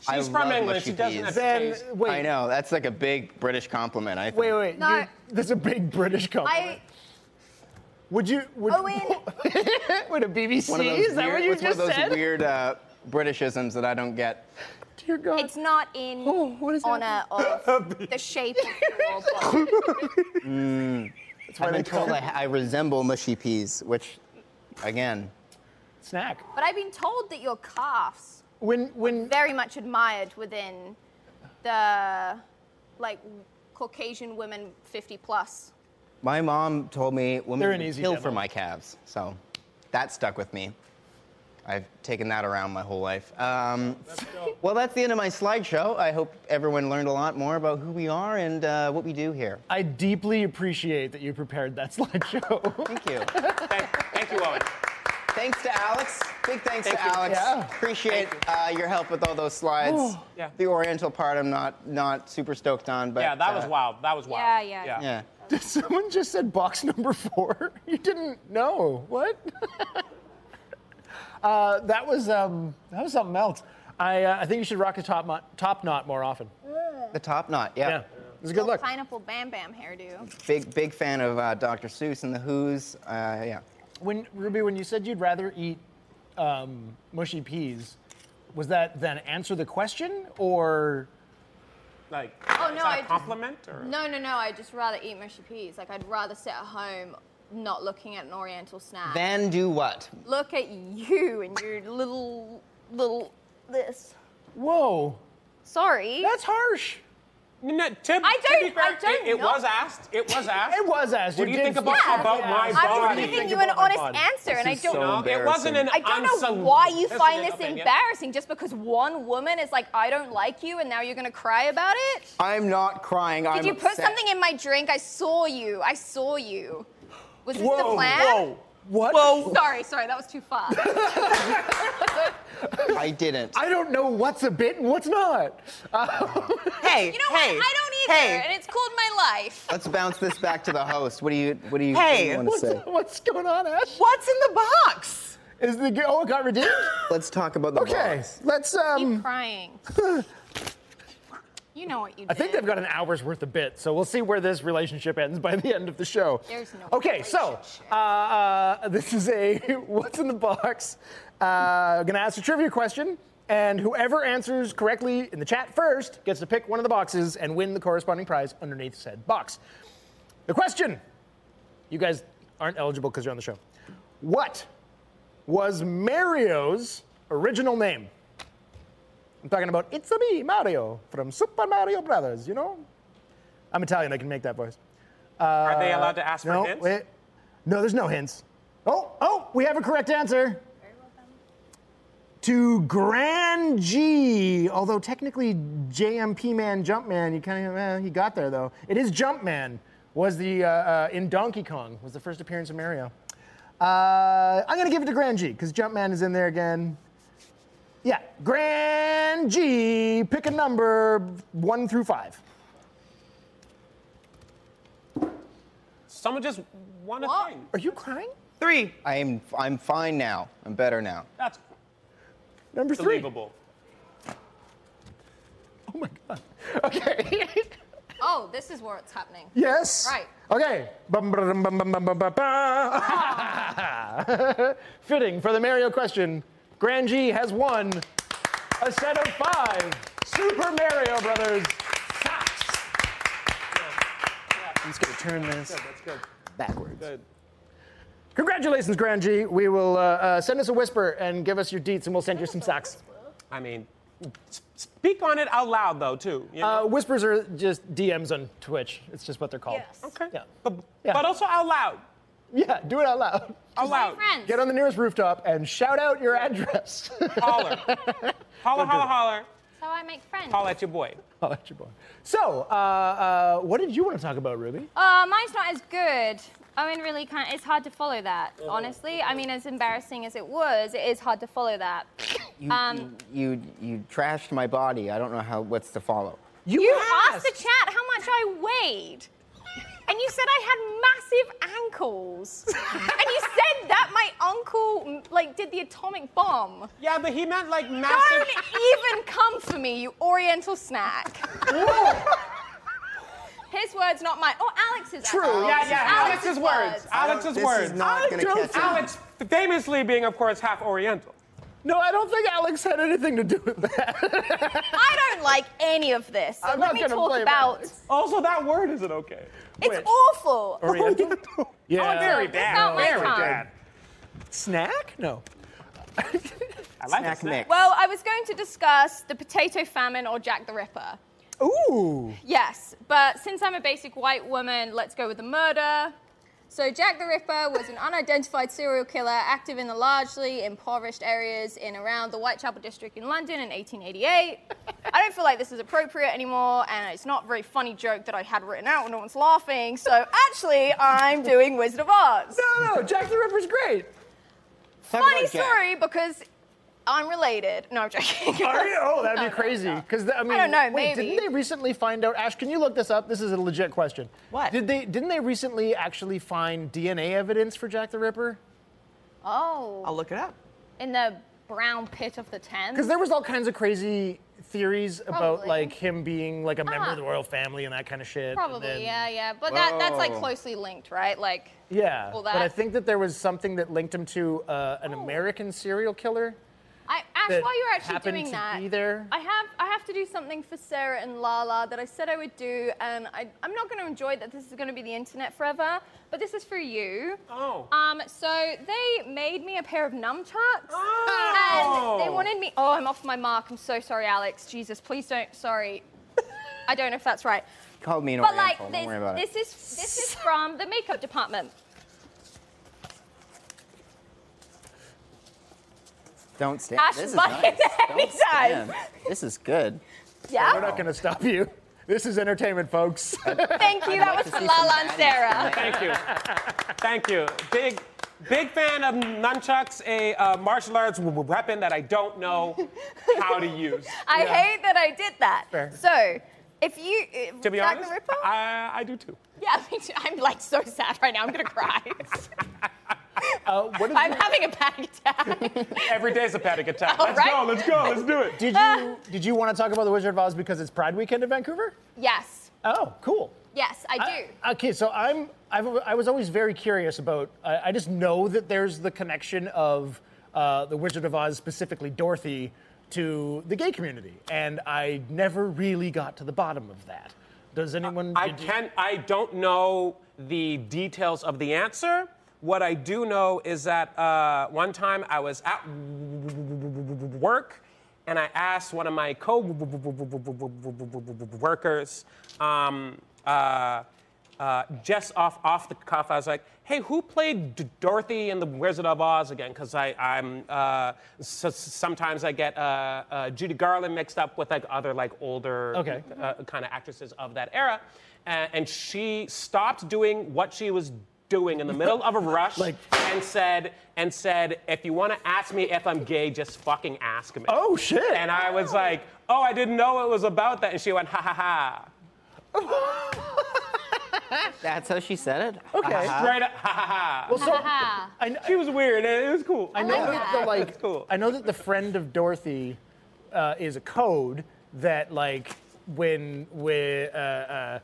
Speaker 1: I
Speaker 5: She's from
Speaker 1: love
Speaker 5: England.
Speaker 1: mushy
Speaker 5: She doesn't
Speaker 1: peas.
Speaker 5: have
Speaker 2: Then
Speaker 5: taste.
Speaker 2: wait.
Speaker 1: I know. That's like a big British compliment, I think.
Speaker 2: Wait, wait.
Speaker 3: No.
Speaker 2: you- That's a big British compliment.
Speaker 3: I
Speaker 2: would you? Would, <laughs>
Speaker 3: Owen.
Speaker 2: would a BBC?
Speaker 1: One of those
Speaker 2: Is that
Speaker 1: weird,
Speaker 2: what you
Speaker 1: it's one
Speaker 2: just
Speaker 1: of those
Speaker 2: said?
Speaker 1: weird uh, Britishisms that I don't get.
Speaker 2: Dear God.
Speaker 3: it's not in
Speaker 2: Oh, what is
Speaker 3: honor of the shape of your body.
Speaker 1: I've been
Speaker 2: they
Speaker 1: told
Speaker 2: call
Speaker 1: I,
Speaker 2: it-
Speaker 1: I resemble mushy peas, which, again,
Speaker 2: Snack.
Speaker 3: But I've been told that your calves
Speaker 2: When when
Speaker 3: very much admired within the like Caucasian women 50 plus.
Speaker 1: My mom told me women
Speaker 2: They're an
Speaker 1: would
Speaker 2: easy
Speaker 1: kill
Speaker 2: devil.
Speaker 1: for my calves, so that stuck with me. I've taken that around my whole life. Um, well, that's the end of my slideshow. I hope everyone learned a lot more about who we are and uh, what we do here.
Speaker 2: I deeply appreciate that you prepared that
Speaker 3: <laughs>
Speaker 2: slideshow.
Speaker 1: Thank
Speaker 2: <laughs>
Speaker 1: you.
Speaker 5: Thank, thank you, Owen.
Speaker 1: thanks to Alex. Big thanks
Speaker 5: Thank
Speaker 1: to
Speaker 5: you.
Speaker 1: Alex.
Speaker 2: Yeah.
Speaker 1: Appreciate uh, your help with all those slides.
Speaker 5: Yeah.
Speaker 1: The Oriental part, I'm not not super stoked on, but
Speaker 5: Yeah, that was
Speaker 1: uh,
Speaker 5: wild. That was wild.
Speaker 3: Yeah, yeah.
Speaker 1: Yeah.
Speaker 2: Did someone just said box number four? <laughs> You didn't know what? <laughs> uh, that was um, that was something else. I, uh, I think you should rock a top mo- top knot more often.
Speaker 1: The top knot.
Speaker 2: Yeah, it was a good
Speaker 3: Little
Speaker 2: look.
Speaker 3: Pineapple Bam Bam hairdo.
Speaker 1: Big big fan of uh, Dr. Seuss and the Who's. Uh, yeah.
Speaker 2: When Ruby, when you said you'd rather eat um, mushy peas, was that then answer the question or?
Speaker 5: Like,
Speaker 3: Oh,
Speaker 5: is
Speaker 3: no,
Speaker 5: that a
Speaker 3: I just-
Speaker 5: compliment or?
Speaker 3: No, no, no. I'd just rather eat mushy peas. Like, I'd rather sit at home not looking at an oriental snack.
Speaker 1: Then do what?
Speaker 3: Look at you and your little, little, this.
Speaker 2: Whoa,
Speaker 3: Sorry.
Speaker 2: that's harsh.
Speaker 5: No, to, to
Speaker 3: I
Speaker 5: be
Speaker 3: don't-
Speaker 5: fair,
Speaker 3: I don't
Speaker 5: it, it
Speaker 3: know.
Speaker 5: was asked. It was asked.
Speaker 2: It was asked.
Speaker 5: What do you
Speaker 2: did
Speaker 5: think about-
Speaker 2: say-
Speaker 5: about my
Speaker 2: Yeah.
Speaker 5: body?
Speaker 3: I was
Speaker 5: Think
Speaker 3: giving you an
Speaker 2: about my
Speaker 3: honest
Speaker 2: body.
Speaker 3: answer, and I
Speaker 1: is
Speaker 3: don't
Speaker 1: so
Speaker 5: No, it wasn't an.
Speaker 3: I don't know
Speaker 5: unsolicited
Speaker 3: why you find this
Speaker 5: opinion.
Speaker 3: embarrassing just because one woman is like, I don't like you, and now you're gonna cry about it? Did
Speaker 1: I'm not crying. Did I'm
Speaker 3: you put
Speaker 1: upset.
Speaker 3: something in my drink? I saw you. I saw you. Was this the
Speaker 2: Whoa,
Speaker 3: plan?
Speaker 2: whoa, what?
Speaker 3: Sorry, sorry, that was too far.
Speaker 1: I didn't.
Speaker 2: I don't know what's a bit and what's not. <laughs> Um,
Speaker 4: Hey,
Speaker 3: You know
Speaker 4: hey,
Speaker 3: what? I don't either,
Speaker 4: Hey,
Speaker 3: and it's called my life.
Speaker 1: Let's bounce this back to the host. What do you What do you,
Speaker 4: Hey.
Speaker 1: want to
Speaker 2: What's,
Speaker 1: say?
Speaker 2: <laughs> what's going on, Ash?
Speaker 4: what's in the box?
Speaker 2: Is the g- oh it got redeemed?
Speaker 1: Let's talk about the
Speaker 2: Okay,
Speaker 1: box.
Speaker 2: let's
Speaker 3: Keep
Speaker 2: um.
Speaker 3: crying. You know what you did.
Speaker 2: I think they've got an hour's worth of bits, so we'll see where this relationship ends by the end of the show.
Speaker 3: There's no
Speaker 2: Okay, so
Speaker 3: relationship.
Speaker 2: uh, uh, this is a <laughs> what's in the box. Uh, I'm gonna ask a trivia question, and whoever answers correctly in the chat first gets to pick one of the boxes and win the corresponding prize underneath said box. The question, you guys aren't eligible because you're on the show. What was Mario's original name? I'm talking about It's a Me, Mario, from Super Mario Brothers, you know? I'm Italian, I can make that voice.
Speaker 5: Are they allowed to ask
Speaker 2: No,
Speaker 5: for hints?
Speaker 2: wait. No, there's no hints. Oh, oh, we have a correct answer. To Grand G, although technically JMP Man Jumpman, you kind of eh, he got there though. It is Jumpman was the uh, uh, in Donkey Kong was the first appearance of Mario. Uh, I'm gonna give it to Grand G because Jumpman is in there again. Yeah, Grand G, pick a number one through five.
Speaker 5: Someone just won a
Speaker 3: What?
Speaker 5: thing.
Speaker 2: Are you crying?
Speaker 4: Three.
Speaker 1: I'm I'm fine now. I'm better now.
Speaker 5: That's
Speaker 2: Number three.
Speaker 5: believable.
Speaker 2: Oh my god. Okay.
Speaker 3: Oh, this is where it's happening.
Speaker 2: <laughs> Yes.
Speaker 3: Right.
Speaker 2: Okay. Bum, ba-dum, bum, bum, bum, bum, ba, ba. <laughs> Fitting for the Mario question. Grand G has won a set of five Super Mario Brothers socks. I'm just gonna turn this
Speaker 5: That's good.
Speaker 2: backwards.
Speaker 5: Good.
Speaker 2: Congratulations, Grand G. We will uh, uh, send us a whisper and give us your deets, and we'll send you some socks.
Speaker 5: I mean, s- speak on it out loud though too. You know?
Speaker 2: Uh, whispers are just DMs on Twitch. It's just what they're called.
Speaker 3: Yes.
Speaker 5: okay.
Speaker 2: yeah.
Speaker 5: But,
Speaker 2: Yeah.
Speaker 5: but also out loud.
Speaker 2: Yeah. Do it out loud.
Speaker 5: Out loud.
Speaker 3: Friends.
Speaker 2: Get on the nearest rooftop and shout out your address. <laughs>
Speaker 5: Holler. holler, holler, holler.
Speaker 3: That's how I make friends.
Speaker 5: Holler at your boy.
Speaker 2: I'll let you borrow. So, uh, uh, what did you want to talk about, Ruby?
Speaker 3: Uh, mine's not as good. Owen really can't. It's hard to follow that, honestly. I mean, as embarrassing as it was, it is hard to follow that.
Speaker 1: You,
Speaker 3: Um,
Speaker 1: you, you you trashed my body. I don't know how what's to follow.
Speaker 3: You asked the chat how much I weighed. And you said I had massive <laughs> ankles. and you said that my uncle mm, like did the atomic bomb.
Speaker 5: Yeah, but he meant like massive.
Speaker 3: Don't even come for me, you oriental snack. <laughs> His words, not mine. Oh, Alex's.
Speaker 2: True.
Speaker 3: actually.
Speaker 5: Yeah, yeah. Alex's, words.
Speaker 1: This
Speaker 5: Alex's
Speaker 1: is
Speaker 5: words.
Speaker 1: not
Speaker 2: I
Speaker 1: gonna
Speaker 2: don't
Speaker 1: catch on.
Speaker 5: Alex, famously being, of course, half Oriental.
Speaker 2: No, I don't think Alex had anything to do with that.
Speaker 3: <laughs>
Speaker 2: <laughs>
Speaker 3: I don't like any of this. So
Speaker 2: I'm
Speaker 3: let
Speaker 2: not
Speaker 3: me
Speaker 2: gonna
Speaker 3: talk
Speaker 2: blame
Speaker 3: about.
Speaker 2: Alex.
Speaker 5: Also, that word isn't okay. Oh,
Speaker 3: It's
Speaker 2: Which?
Speaker 3: awful.
Speaker 2: Oriental? yeah.
Speaker 3: Very It's bad, not my very time.
Speaker 2: Snack? No.
Speaker 5: I like
Speaker 1: Snack
Speaker 5: it. snack.
Speaker 1: mix.
Speaker 3: <laughs> Well, I was going to discuss the potato famine or Jack the Ripper.
Speaker 4: Ooh.
Speaker 3: Yes, but since I'm a basic white woman, let's go with the murder. So, Jack the Ripper was an unidentified serial killer active in the largely impoverished areas in around the Whitechapel district in London in 1888. I don't feel like this is appropriate anymore, and it's not a very funny joke that I had written out and no one's laughing, so actually, I'm doing Wizard of Oz.
Speaker 2: No, no, Jack the Ripper's great.
Speaker 1: Talk
Speaker 3: Funny
Speaker 1: about Jack.
Speaker 3: story because I'm related. No, I'm joking.
Speaker 2: Are you? Oh, that'd
Speaker 3: No,
Speaker 2: be
Speaker 3: no,
Speaker 2: crazy. <laughs>
Speaker 3: no.
Speaker 2: Because I mean,
Speaker 3: don't know,
Speaker 2: Wait,
Speaker 3: maybe.
Speaker 2: didn't they recently find out? Ash, can you look this up? This is a legit question.
Speaker 4: What?
Speaker 2: Did they? Didn't they recently actually find DNA evidence for Jack the Ripper?
Speaker 3: <laughs> Oh.
Speaker 4: I'll look it up.
Speaker 3: in the brown pit of the Thames.
Speaker 2: Because there was all kinds of crazy theories about
Speaker 3: Probably.
Speaker 2: like him being like a member
Speaker 3: Ah.
Speaker 2: of the royal family and that kind of shit. and
Speaker 3: probably,
Speaker 2: then-
Speaker 3: yeah, yeah. But that that's like
Speaker 1: Whoa.
Speaker 3: closely linked, right? Like
Speaker 2: Yeah.
Speaker 3: All
Speaker 2: But I
Speaker 3: that.
Speaker 2: think that there was something that linked him to uh, an
Speaker 3: Oh.
Speaker 2: American serial killer.
Speaker 3: I Ash,
Speaker 2: that
Speaker 3: while you're actually
Speaker 2: happened
Speaker 3: doing
Speaker 2: to
Speaker 3: that,
Speaker 2: be there?
Speaker 3: I have I have to do something for Sarah and Lala that I said I would do, and I, I'm not going to enjoy that this is going to be the internet forever. But this is for you.
Speaker 5: Oh.
Speaker 3: Um. So they made me a pair of nunchucks,
Speaker 5: Oh.
Speaker 3: and they wanted me. Oh, I'm off my mark. I'm so sorry, Alex. Jesus, please
Speaker 2: <laughs>
Speaker 3: don't. Sorry. I don't know if that's right.
Speaker 1: Called me an
Speaker 3: But like
Speaker 1: Oriental. Don't
Speaker 3: this,
Speaker 1: worry about
Speaker 3: this
Speaker 1: it.
Speaker 3: is this is from the makeup department.
Speaker 1: Don't stand.
Speaker 3: Ash
Speaker 1: this is
Speaker 3: button
Speaker 1: nice. Don't
Speaker 3: <laughs> anytime.
Speaker 1: stand. This is good.
Speaker 2: We're
Speaker 3: Yeah.
Speaker 2: not going to stop you. This is entertainment, folks.
Speaker 3: Thank you. That
Speaker 1: like
Speaker 3: was
Speaker 1: to
Speaker 3: for
Speaker 1: see some
Speaker 3: Lala and
Speaker 1: baddies
Speaker 3: Sarah.
Speaker 5: Thank you. Thank you. Big, big fan of nunchucks, a uh, martial arts w- w- weapon that I don't know how to
Speaker 3: <laughs>
Speaker 5: use.
Speaker 3: I hate that I did that.
Speaker 2: Fair.
Speaker 3: So, if you uh,
Speaker 5: To be
Speaker 3: Jack
Speaker 5: honest,
Speaker 3: the Ripper?
Speaker 5: I, I do too.
Speaker 3: yeah, me too. I'm like so sad right now. I'm
Speaker 5: <laughs>
Speaker 3: gonna cry.
Speaker 2: Uh, what did
Speaker 3: I'm
Speaker 2: you-
Speaker 3: having a panic attack. <laughs>
Speaker 5: Every day's a panic attack.
Speaker 3: All
Speaker 5: let's
Speaker 3: right.
Speaker 5: go. Let's go. Let's do
Speaker 2: <laughs>
Speaker 5: it.
Speaker 2: Did you did you want to talk about the Wizard of Oz because it's Pride Weekend in Vancouver?
Speaker 3: yes,
Speaker 2: Oh, cool.
Speaker 3: yes, I do.
Speaker 2: I- okay, so I'm I've, I was always very curious about. I, I just know that there's the connection of uh, the Wizard of Oz, specifically Dorothy, to the gay community, and I never really got to the bottom of that. Does anyone?
Speaker 5: I
Speaker 2: did you-
Speaker 5: can I don't know the details of the answer. What I do know is that uh, one time I was at work and I asked one of my co workers, um, uh, uh, just off, off the cuff, I was like, hey, who played D- Dorothy in The Wizard of Oz again? Because I'm, uh, s- s- sometimes I get uh, uh, Judy Garland mixed up with like other like older
Speaker 2: Okay.
Speaker 5: uh, kind of actresses of that era. Uh, and she stopped doing what she was doing in the
Speaker 2: <laughs>
Speaker 5: middle of a rush
Speaker 2: Like-
Speaker 5: and said, and said, if you want to ask me if I'm gay, just fucking ask me.
Speaker 2: Oh shit!
Speaker 5: And I was like, oh, I didn't know it was about that. And she went, ha ha ha.
Speaker 1: That's how she said it.
Speaker 2: Okay.
Speaker 5: Straight up, ha ha ha.
Speaker 2: Well,
Speaker 3: <laughs>
Speaker 2: so
Speaker 3: Ah,
Speaker 5: <laughs>
Speaker 2: I,
Speaker 5: She was weird. and It was cool.
Speaker 2: I know
Speaker 3: like
Speaker 2: that,
Speaker 3: that.
Speaker 2: the
Speaker 5: That's
Speaker 2: like
Speaker 5: cool.
Speaker 2: I know that the friend of Dorothy uh, is a code that like when when uh, uh,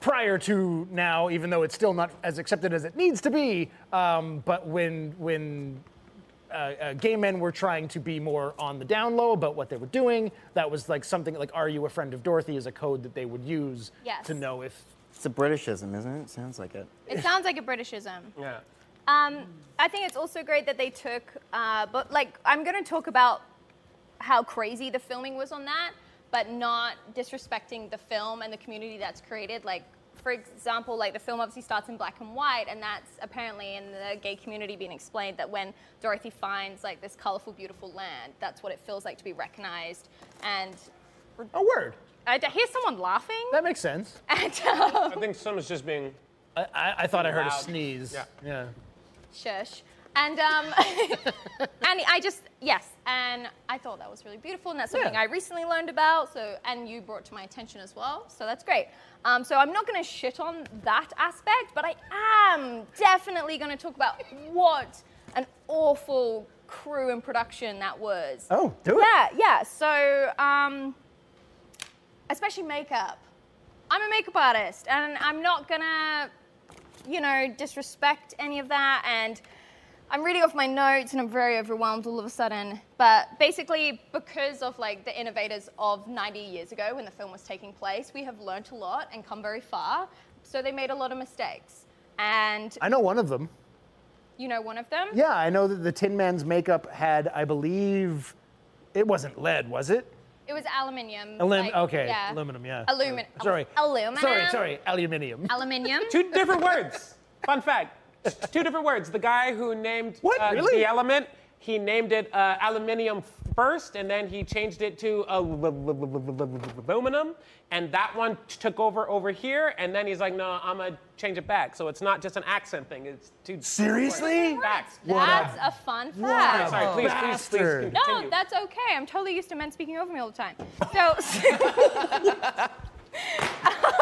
Speaker 2: prior to now, even though it's still not as accepted as it needs to be, um, but when when. Uh, uh, gay men were trying to be more on the down low about what they were doing. That was like something like "Are you a friend of Dorothy?" is a code that they would use
Speaker 3: Yes.
Speaker 2: to know if.
Speaker 1: It's a Britishism, isn't it? Sounds like it.
Speaker 3: it sounds like a Britishism.
Speaker 5: Yeah.
Speaker 3: Um, I think it's also great that they took, uh, but like I'm going to talk about how crazy the filming was on that, but not disrespecting the film and the community that's created. Like, for example, like the film obviously starts in black and white, and that's apparently in the gay community being explained that when Dorothy finds like this colorful, beautiful land, that's what it feels like to be recognized. And
Speaker 2: A word.
Speaker 3: I d- hear someone laughing. <laughs>
Speaker 2: That makes sense.
Speaker 3: And, um,
Speaker 5: I think someone's just being.
Speaker 2: I, I, I thought I heard a
Speaker 5: Loud.
Speaker 2: sneeze.
Speaker 5: Yeah.
Speaker 2: yeah.
Speaker 3: shush. And um, <laughs> and I just yes, and I thought that was really beautiful, and that's something
Speaker 2: Yeah.
Speaker 3: I recently learned about. So and you brought to my attention as well, so that's great. Um, so I'm not going to shit on that aspect, but I am definitely going to talk about what an awful crew and production that was.
Speaker 2: Oh, do it.
Speaker 3: Yeah, yeah. So, um, especially makeup. I'm a makeup artist, and I'm not gonna, you know, disrespect any of that. And I'm reading off my notes, and I'm very overwhelmed all of a sudden. But basically, because of like the innovators of 90 years ago when the film was taking place, we have learnt a lot and come very far. So they made a lot of mistakes. And
Speaker 2: I know one of them.
Speaker 3: You know one of them?
Speaker 2: Yeah, I know that the Tin Man's makeup had, I believe, it wasn't lead, was it?
Speaker 3: It was aluminium.
Speaker 2: Alum-
Speaker 3: like,
Speaker 2: okay,
Speaker 3: yeah.
Speaker 2: aluminum, yeah. Uh,
Speaker 3: Aluminum.
Speaker 2: Sorry.
Speaker 3: Aluminum.
Speaker 2: Sorry, sorry, aluminium.
Speaker 3: Aluminium.
Speaker 5: Two different words. Fun fact. Two different words. The guy who named
Speaker 2: What?
Speaker 5: uh,
Speaker 2: Really?
Speaker 5: the element, he named it uh, aluminium first, and then he changed it to uh, aluminum, and that one t- took over over here, and then he's like, no, I'm gonna change it back. So it's not just an accent thing. It's two.
Speaker 2: Seriously?
Speaker 5: Facts.
Speaker 3: That's a, fun
Speaker 2: Wow.
Speaker 3: fact.
Speaker 5: Sorry, please, please, please,
Speaker 2: Bastard.
Speaker 5: continue.
Speaker 3: No, that's okay. I'm totally used to men speaking over me all the <laughs> time. So. <laughs>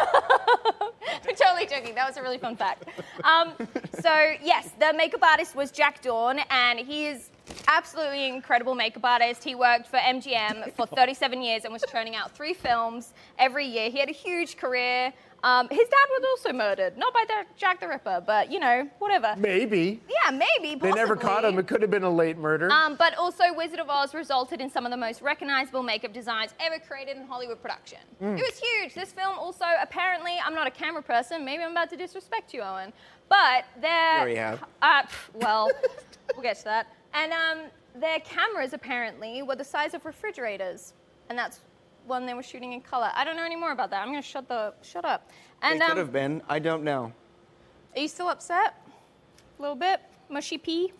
Speaker 3: I'm totally joking. That was a really fun fact. Um, so, yes, the makeup artist was Jack Dawn, and he is absolutely incredible makeup artist. He worked for MGM for 37 years and was churning out three films every year. He had a huge career. Um, his dad was also murdered, not by the Jack the Ripper, but you know, whatever.
Speaker 2: Maybe.
Speaker 3: Yeah, maybe.
Speaker 2: They never caught him.
Speaker 3: possibly.
Speaker 2: It could have been a late murder.
Speaker 3: Um, but also, Wizard of Oz resulted in some of the most recognizable makeup designs ever created in Hollywood production.
Speaker 1: Mm.
Speaker 3: It was huge. This film also, apparently, I'm not a camera person. Maybe I'm about to disrespect you, Owen. But their.
Speaker 1: we have.
Speaker 3: Uh, pff, well, <laughs> we'll get to that. And um, their cameras, apparently, were the size of refrigerators. And that's when they were shooting in color. I don't know any more about that. I'm going to shut the shut up. And
Speaker 1: it could
Speaker 3: um,
Speaker 1: have been. I don't know.
Speaker 3: are you still upset? A little bit? Mushy pee?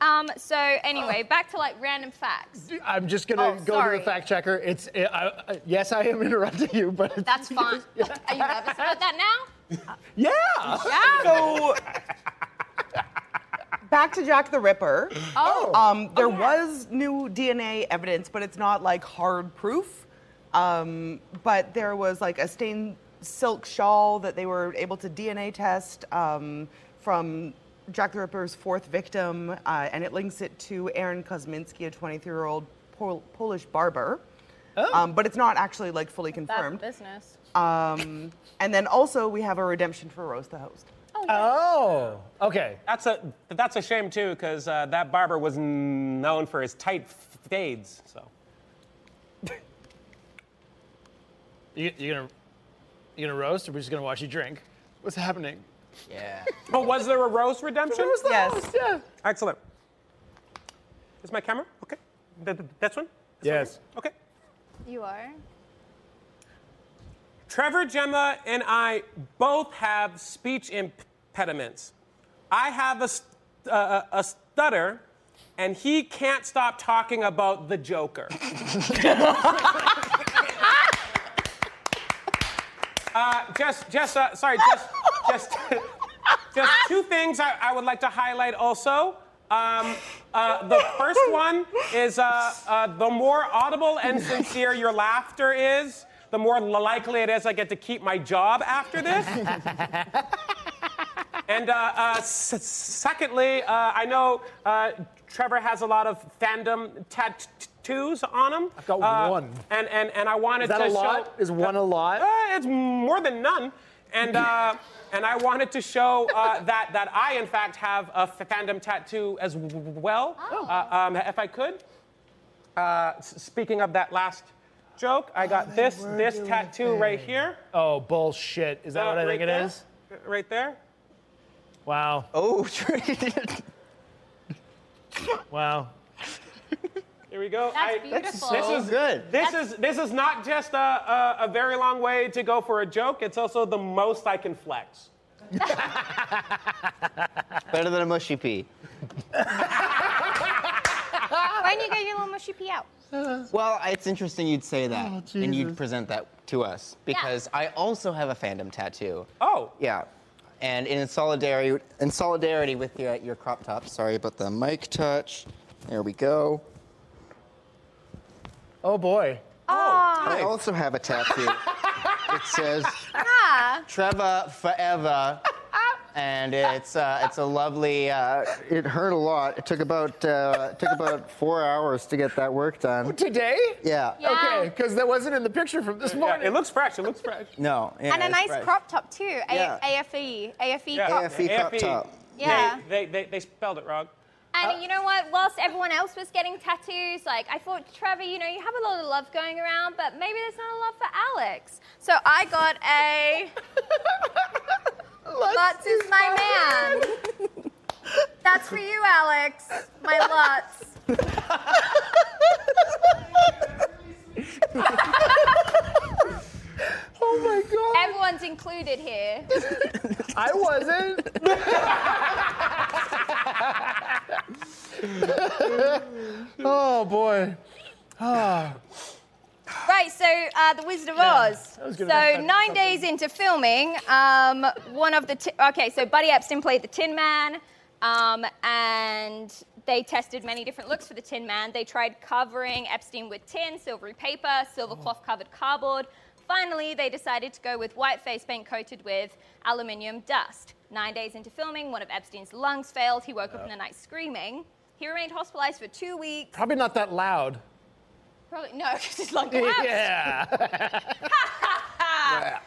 Speaker 3: Um, so anyway, back to like random facts.
Speaker 2: I'm just gonna
Speaker 3: Oh,
Speaker 2: go
Speaker 3: sorry.
Speaker 2: to the fact checker. It's I, I, yes, I am <laughs> interrupting you, but it's, <laughs>
Speaker 3: That's fine. Are you nervous about that now?
Speaker 2: yeah.
Speaker 3: Yeah.
Speaker 4: So, back to Jack the Ripper.
Speaker 3: Oh.
Speaker 4: Um, there
Speaker 3: yeah.
Speaker 4: was new DNA evidence, but it's not like hard proof. Um, but there was like a stained silk shawl that they were able to DNA test um, from Jack the Ripper's fourth victim, uh, and it links it to Aaron Kosminski, a 23 year old Pol- Polish barber.
Speaker 3: Oh.
Speaker 4: Um, but it's not actually like fully confirmed.
Speaker 3: business.
Speaker 4: Um, and then also we have a redemption for Rose the host.
Speaker 2: Oh, okay.
Speaker 5: That's a that's a shame too, because uh, that barber was n- known for his tight f- fades. So
Speaker 2: You, you're gonna you gonna roast, or we're just gonna watch you drink? What's happening?
Speaker 1: Yeah.
Speaker 5: Oh, was there a rose redemption?
Speaker 3: Oh,
Speaker 4: Yes.
Speaker 2: Yeah.
Speaker 5: Excellent. Is my camera okay? Th- th- This one?
Speaker 2: Yes.
Speaker 5: Okay.
Speaker 3: You are.
Speaker 5: Trevor, Gemma, and I both have speech impediments. I have a, st- uh, a stutter, and he can't stop talking about the Joker. uh, just, just, uh, sorry, just, just, <laughs> just two things I, I would like to highlight also. Um, uh, the first one is uh, uh, the more audible and sincere your laughter is, the more likely it is I get to keep my job after this. and uh, uh, s- s- secondly, uh, I know uh, Trevor has a lot of fandom tattoos on him. I've
Speaker 2: got one.
Speaker 5: And, and, and I wanted
Speaker 2: Is that
Speaker 5: to
Speaker 2: a
Speaker 5: show-
Speaker 2: lot? Is one a lot?
Speaker 5: uh, it's more than none. And, uh, and I wanted to show uh, that, that I, in fact, have a fandom tattoo as w- w- well,
Speaker 3: Oh.
Speaker 5: uh, um, if I could. Uh, s- speaking of that last joke, I got this, this tattoo right here.
Speaker 2: <laughs> Oh bullshit! Is that what I think it is?
Speaker 5: Right there.
Speaker 2: Wow.
Speaker 1: Oh, Trinidad.
Speaker 2: Wow.
Speaker 5: Here we go.
Speaker 3: That's
Speaker 5: I-
Speaker 3: beautiful.
Speaker 1: This is good.
Speaker 5: This
Speaker 3: That's-
Speaker 5: is this is not just a, a, a very long way to go for a joke. It's also the most I can flex.
Speaker 1: Better than a mushy pea.
Speaker 3: Why don't you get your little mushy pee out?
Speaker 1: Well, it's interesting you'd say that and
Speaker 2: Jesus.
Speaker 1: you'd present that to us because I also have a fandom tattoo.
Speaker 5: Oh.
Speaker 1: Yeah. And in solidarity, in solidarity with your, your crop top, sorry about the mic touch. There we go.
Speaker 2: Oh boy.
Speaker 1: I also have a
Speaker 3: <laughs>
Speaker 1: tattoo. it says
Speaker 3: Ah.
Speaker 1: Trevor
Speaker 3: <laughs>
Speaker 1: Forever. And it's uh, it's a lovely. Uh, it hurt a lot. It took about uh, it took about four hours to get that work
Speaker 3: Oh,
Speaker 1: done.
Speaker 2: Today?
Speaker 1: Yeah. Oh,
Speaker 3: Yeah.
Speaker 2: Okay, because that wasn't in the picture from this
Speaker 5: Yeah,
Speaker 2: morning.
Speaker 5: it looks fresh. It looks fresh.
Speaker 1: No. yeah,
Speaker 3: And a
Speaker 1: it's
Speaker 3: nice
Speaker 1: fresh.
Speaker 3: crop top too. A- E.
Speaker 1: Yeah.
Speaker 3: AFE. AFE
Speaker 5: Yeah.
Speaker 3: crop.
Speaker 1: AFE E
Speaker 2: E.
Speaker 1: crop
Speaker 5: AFE.
Speaker 1: top.
Speaker 3: Yeah.
Speaker 5: They, they, they, they spelled it wrong.
Speaker 3: And
Speaker 2: Uh,
Speaker 3: you know what? Whilst everyone else was getting tattoos, like I thought, Trevor, you know, you have a lot of love going around, but maybe there's not a love for Alex. So I got
Speaker 2: <laughs>
Speaker 3: a. Lutz is my man. <laughs> That's for you, Alex. My
Speaker 2: <laughs>
Speaker 3: lots.
Speaker 2: Oh my god.
Speaker 3: Everyone's included here.
Speaker 2: I wasn't. oh boy.
Speaker 3: Right, so uh, the Wizard of Oz.
Speaker 2: was
Speaker 3: So
Speaker 2: gonna have that
Speaker 3: nine days into filming, um, one of the ti- okay, so Buddy Epstein played the Tin Man, um, and they tested many different looks for the Tin Man. They tried covering Epstein with tin, silvery paper, silver
Speaker 2: Mm.
Speaker 3: cloth covered cardboard. Finally, they decided to go with white face paint coated with aluminium dust. Nine days into filming, one of Epstein's lungs failed. He woke up in the night screaming. He remained hospitalized for two weeks.
Speaker 2: Probably not that loud.
Speaker 3: Probably no, <laughs> because
Speaker 2: <laughs>
Speaker 3: his lung collapsed.
Speaker 2: yeah.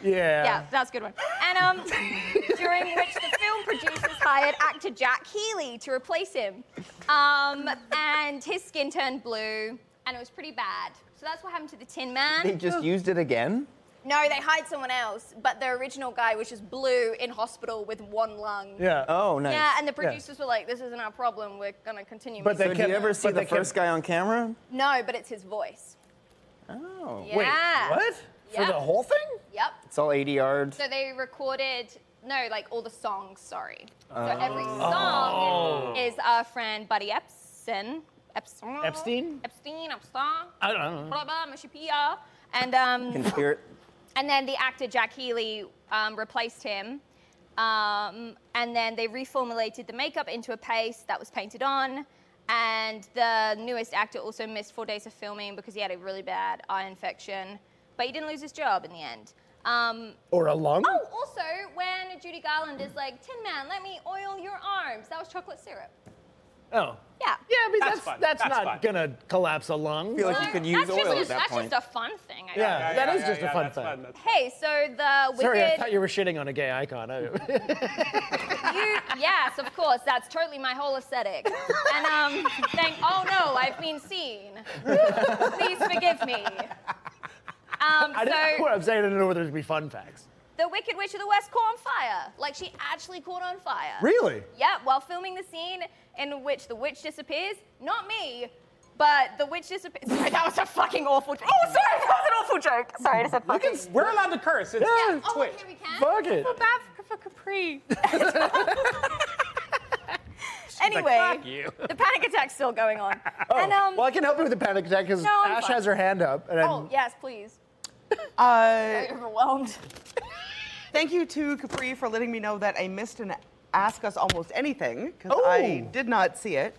Speaker 2: yeah.
Speaker 3: Yeah, that's a good one. And um, during which the film producers hired actor Jack Healy to replace him. Um, and his skin turned blue, and it was pretty bad. So that's what happened to the Tin
Speaker 1: They
Speaker 3: Man.
Speaker 1: just used it again?
Speaker 3: No, they hired someone else, but the original guy was just blue in hospital with one lung.
Speaker 2: Yeah. Uh,
Speaker 1: Oh, nice.
Speaker 3: Yeah, and the producers were like, "This isn't our problem. We're gonna continue."
Speaker 2: But
Speaker 3: making
Speaker 2: they
Speaker 1: so do
Speaker 2: kept-
Speaker 1: you ever see
Speaker 2: but
Speaker 1: the
Speaker 2: they kept-
Speaker 1: first guy on camera?
Speaker 3: it." no, but it's his voice.
Speaker 1: Oh.
Speaker 2: Wait,
Speaker 3: yeah.
Speaker 2: what? For
Speaker 3: Yeah.
Speaker 2: the whole thing?
Speaker 3: Yep.
Speaker 1: It's all 80 yards.
Speaker 3: So they recorded no, like all the songs. Sorry. So every song is our friend Buddy Epson. Epson.
Speaker 2: Epstein?
Speaker 3: Epstein. Epstein.
Speaker 2: I don't know.
Speaker 3: Blah blah. Mushy Pia. And um,
Speaker 1: Can hear it.
Speaker 3: and then the actor Jack Healy um, replaced him. Um, and then they reformulated the makeup into a paste that was painted on. And the newest actor also missed four days of filming because he had a really bad eye infection. But he didn't lose his job in the end. Um,
Speaker 2: Or a lung?
Speaker 3: Oh, also, when Judy Garland is like, Tin Man, let me oil your arms, that was chocolate syrup.
Speaker 2: Oh.
Speaker 3: Yeah.
Speaker 2: Yeah, I mean,
Speaker 5: That's
Speaker 2: that's,
Speaker 5: fun.
Speaker 2: that's,
Speaker 5: That's
Speaker 2: not
Speaker 5: fun.
Speaker 2: gonna collapse a lung.
Speaker 1: feel like you could use
Speaker 3: that's just,
Speaker 1: oil at
Speaker 3: just-
Speaker 1: that
Speaker 3: that's
Speaker 1: point.
Speaker 3: just a fun thing. I
Speaker 2: Yeah.
Speaker 3: guess.
Speaker 2: That is just a fun
Speaker 5: that's
Speaker 2: fact.
Speaker 5: that's fun.
Speaker 3: Hey, so the wicked.
Speaker 2: Sorry, I thought you were shitting on a gay icon. I-
Speaker 3: <laughs> you- yes, of course. That's totally my whole aesthetic. And um, <laughs> thank. Oh no, I've been seen. Please forgive
Speaker 2: <laughs>
Speaker 3: me. Um,
Speaker 2: I didn't know
Speaker 3: so
Speaker 2: what I'm saying. I didn't know whether there'd be fun facts.
Speaker 3: the Wicked Witch of the West caught on fire. Like she actually caught on fire.
Speaker 2: Really?
Speaker 3: Yeah, while filming the scene in which the witch disappears, not me, but the witch disappears. <laughs> Sorry, that was a fucking awful joke. Oh, sorry, that was an awful joke. Sorry, it's a
Speaker 5: We
Speaker 3: fucking.
Speaker 5: can, we're allowed to curse. It's
Speaker 2: Yeah.
Speaker 3: Oh,
Speaker 5: Twitch.
Speaker 3: okay, we can.
Speaker 2: Fuck it.
Speaker 3: I feel bad for, for Capri. anyway,
Speaker 5: "Fuck you."
Speaker 3: the panic attack's still going
Speaker 2: <laughs>
Speaker 3: on.
Speaker 2: Oh,
Speaker 3: and um,
Speaker 2: well, I can help you with the panic attack because
Speaker 3: No, I'm
Speaker 2: Ash
Speaker 3: fine.
Speaker 2: has her hand up. And
Speaker 3: oh yes, please.
Speaker 4: Uh,
Speaker 3: I'm overwhelmed.
Speaker 4: Thank you to Capri for letting me know that I missed an Ask Us Almost Anything because
Speaker 2: Oh.
Speaker 4: I did not see it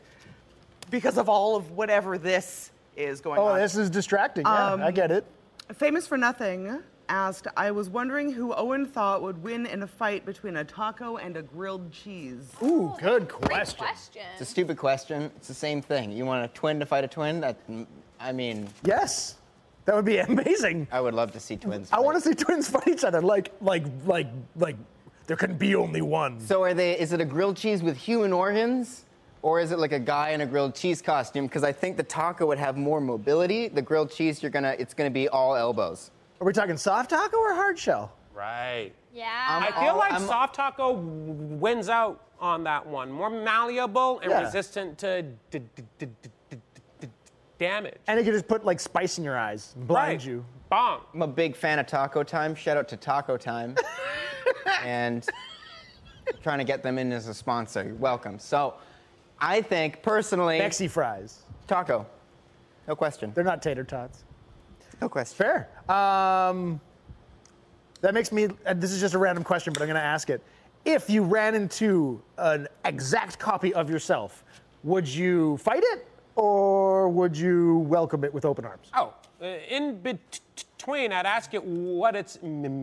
Speaker 4: because of all of whatever this is going
Speaker 2: oh,
Speaker 4: on.
Speaker 2: this is distracting. Yeah,
Speaker 4: Um,
Speaker 2: I get it.
Speaker 4: Famous for Nothing asked, I was wondering who Owen thought would win in a fight between a taco and a grilled cheese.
Speaker 2: Ooh, good
Speaker 3: Great
Speaker 2: question.
Speaker 3: question.
Speaker 1: It's a stupid question. It's the same thing. You want a twin to fight a twin? That, I mean,
Speaker 2: Yes, that would be <laughs> amazing.
Speaker 1: I would love to see twins.
Speaker 2: I want to
Speaker 1: fight.
Speaker 2: see twins fight each other. Like, like, like, like, there can be only one.
Speaker 1: So are they? Is it a grilled cheese with human organs, or is it like a guy in a grilled cheese costume? Because I think the taco would have more mobility. The grilled cheese, you're gonna, it's gonna be all elbows.
Speaker 2: Are we talking soft taco or hard shell?
Speaker 5: Right.
Speaker 3: yeah.
Speaker 2: Um,
Speaker 5: I feel
Speaker 2: Oh,
Speaker 1: all-
Speaker 5: like
Speaker 1: I'm-
Speaker 5: soft taco wins out on that one. More malleable and
Speaker 2: Yeah.
Speaker 5: resistant to d- d- d- d- d- d- damage.
Speaker 2: And you can just put like spice in your eyes, and blind
Speaker 5: right.
Speaker 2: you.
Speaker 5: Bong.
Speaker 1: I'm a big fan of Taco Time. Shout out to Taco <laughs> Time, and trying to get them in as a sponsor. You're welcome. So, I think personally,
Speaker 2: Mexi fries.
Speaker 1: taco, no question,
Speaker 2: They're not tater tots.
Speaker 1: no question.
Speaker 2: Fair. Um, that makes me. uh, This is just a random question, but I'm going to ask it. If you ran into an exact copy of yourself, would you fight it or would you welcome it with open arms?
Speaker 5: Oh, uh, in between, I'd ask it what its mission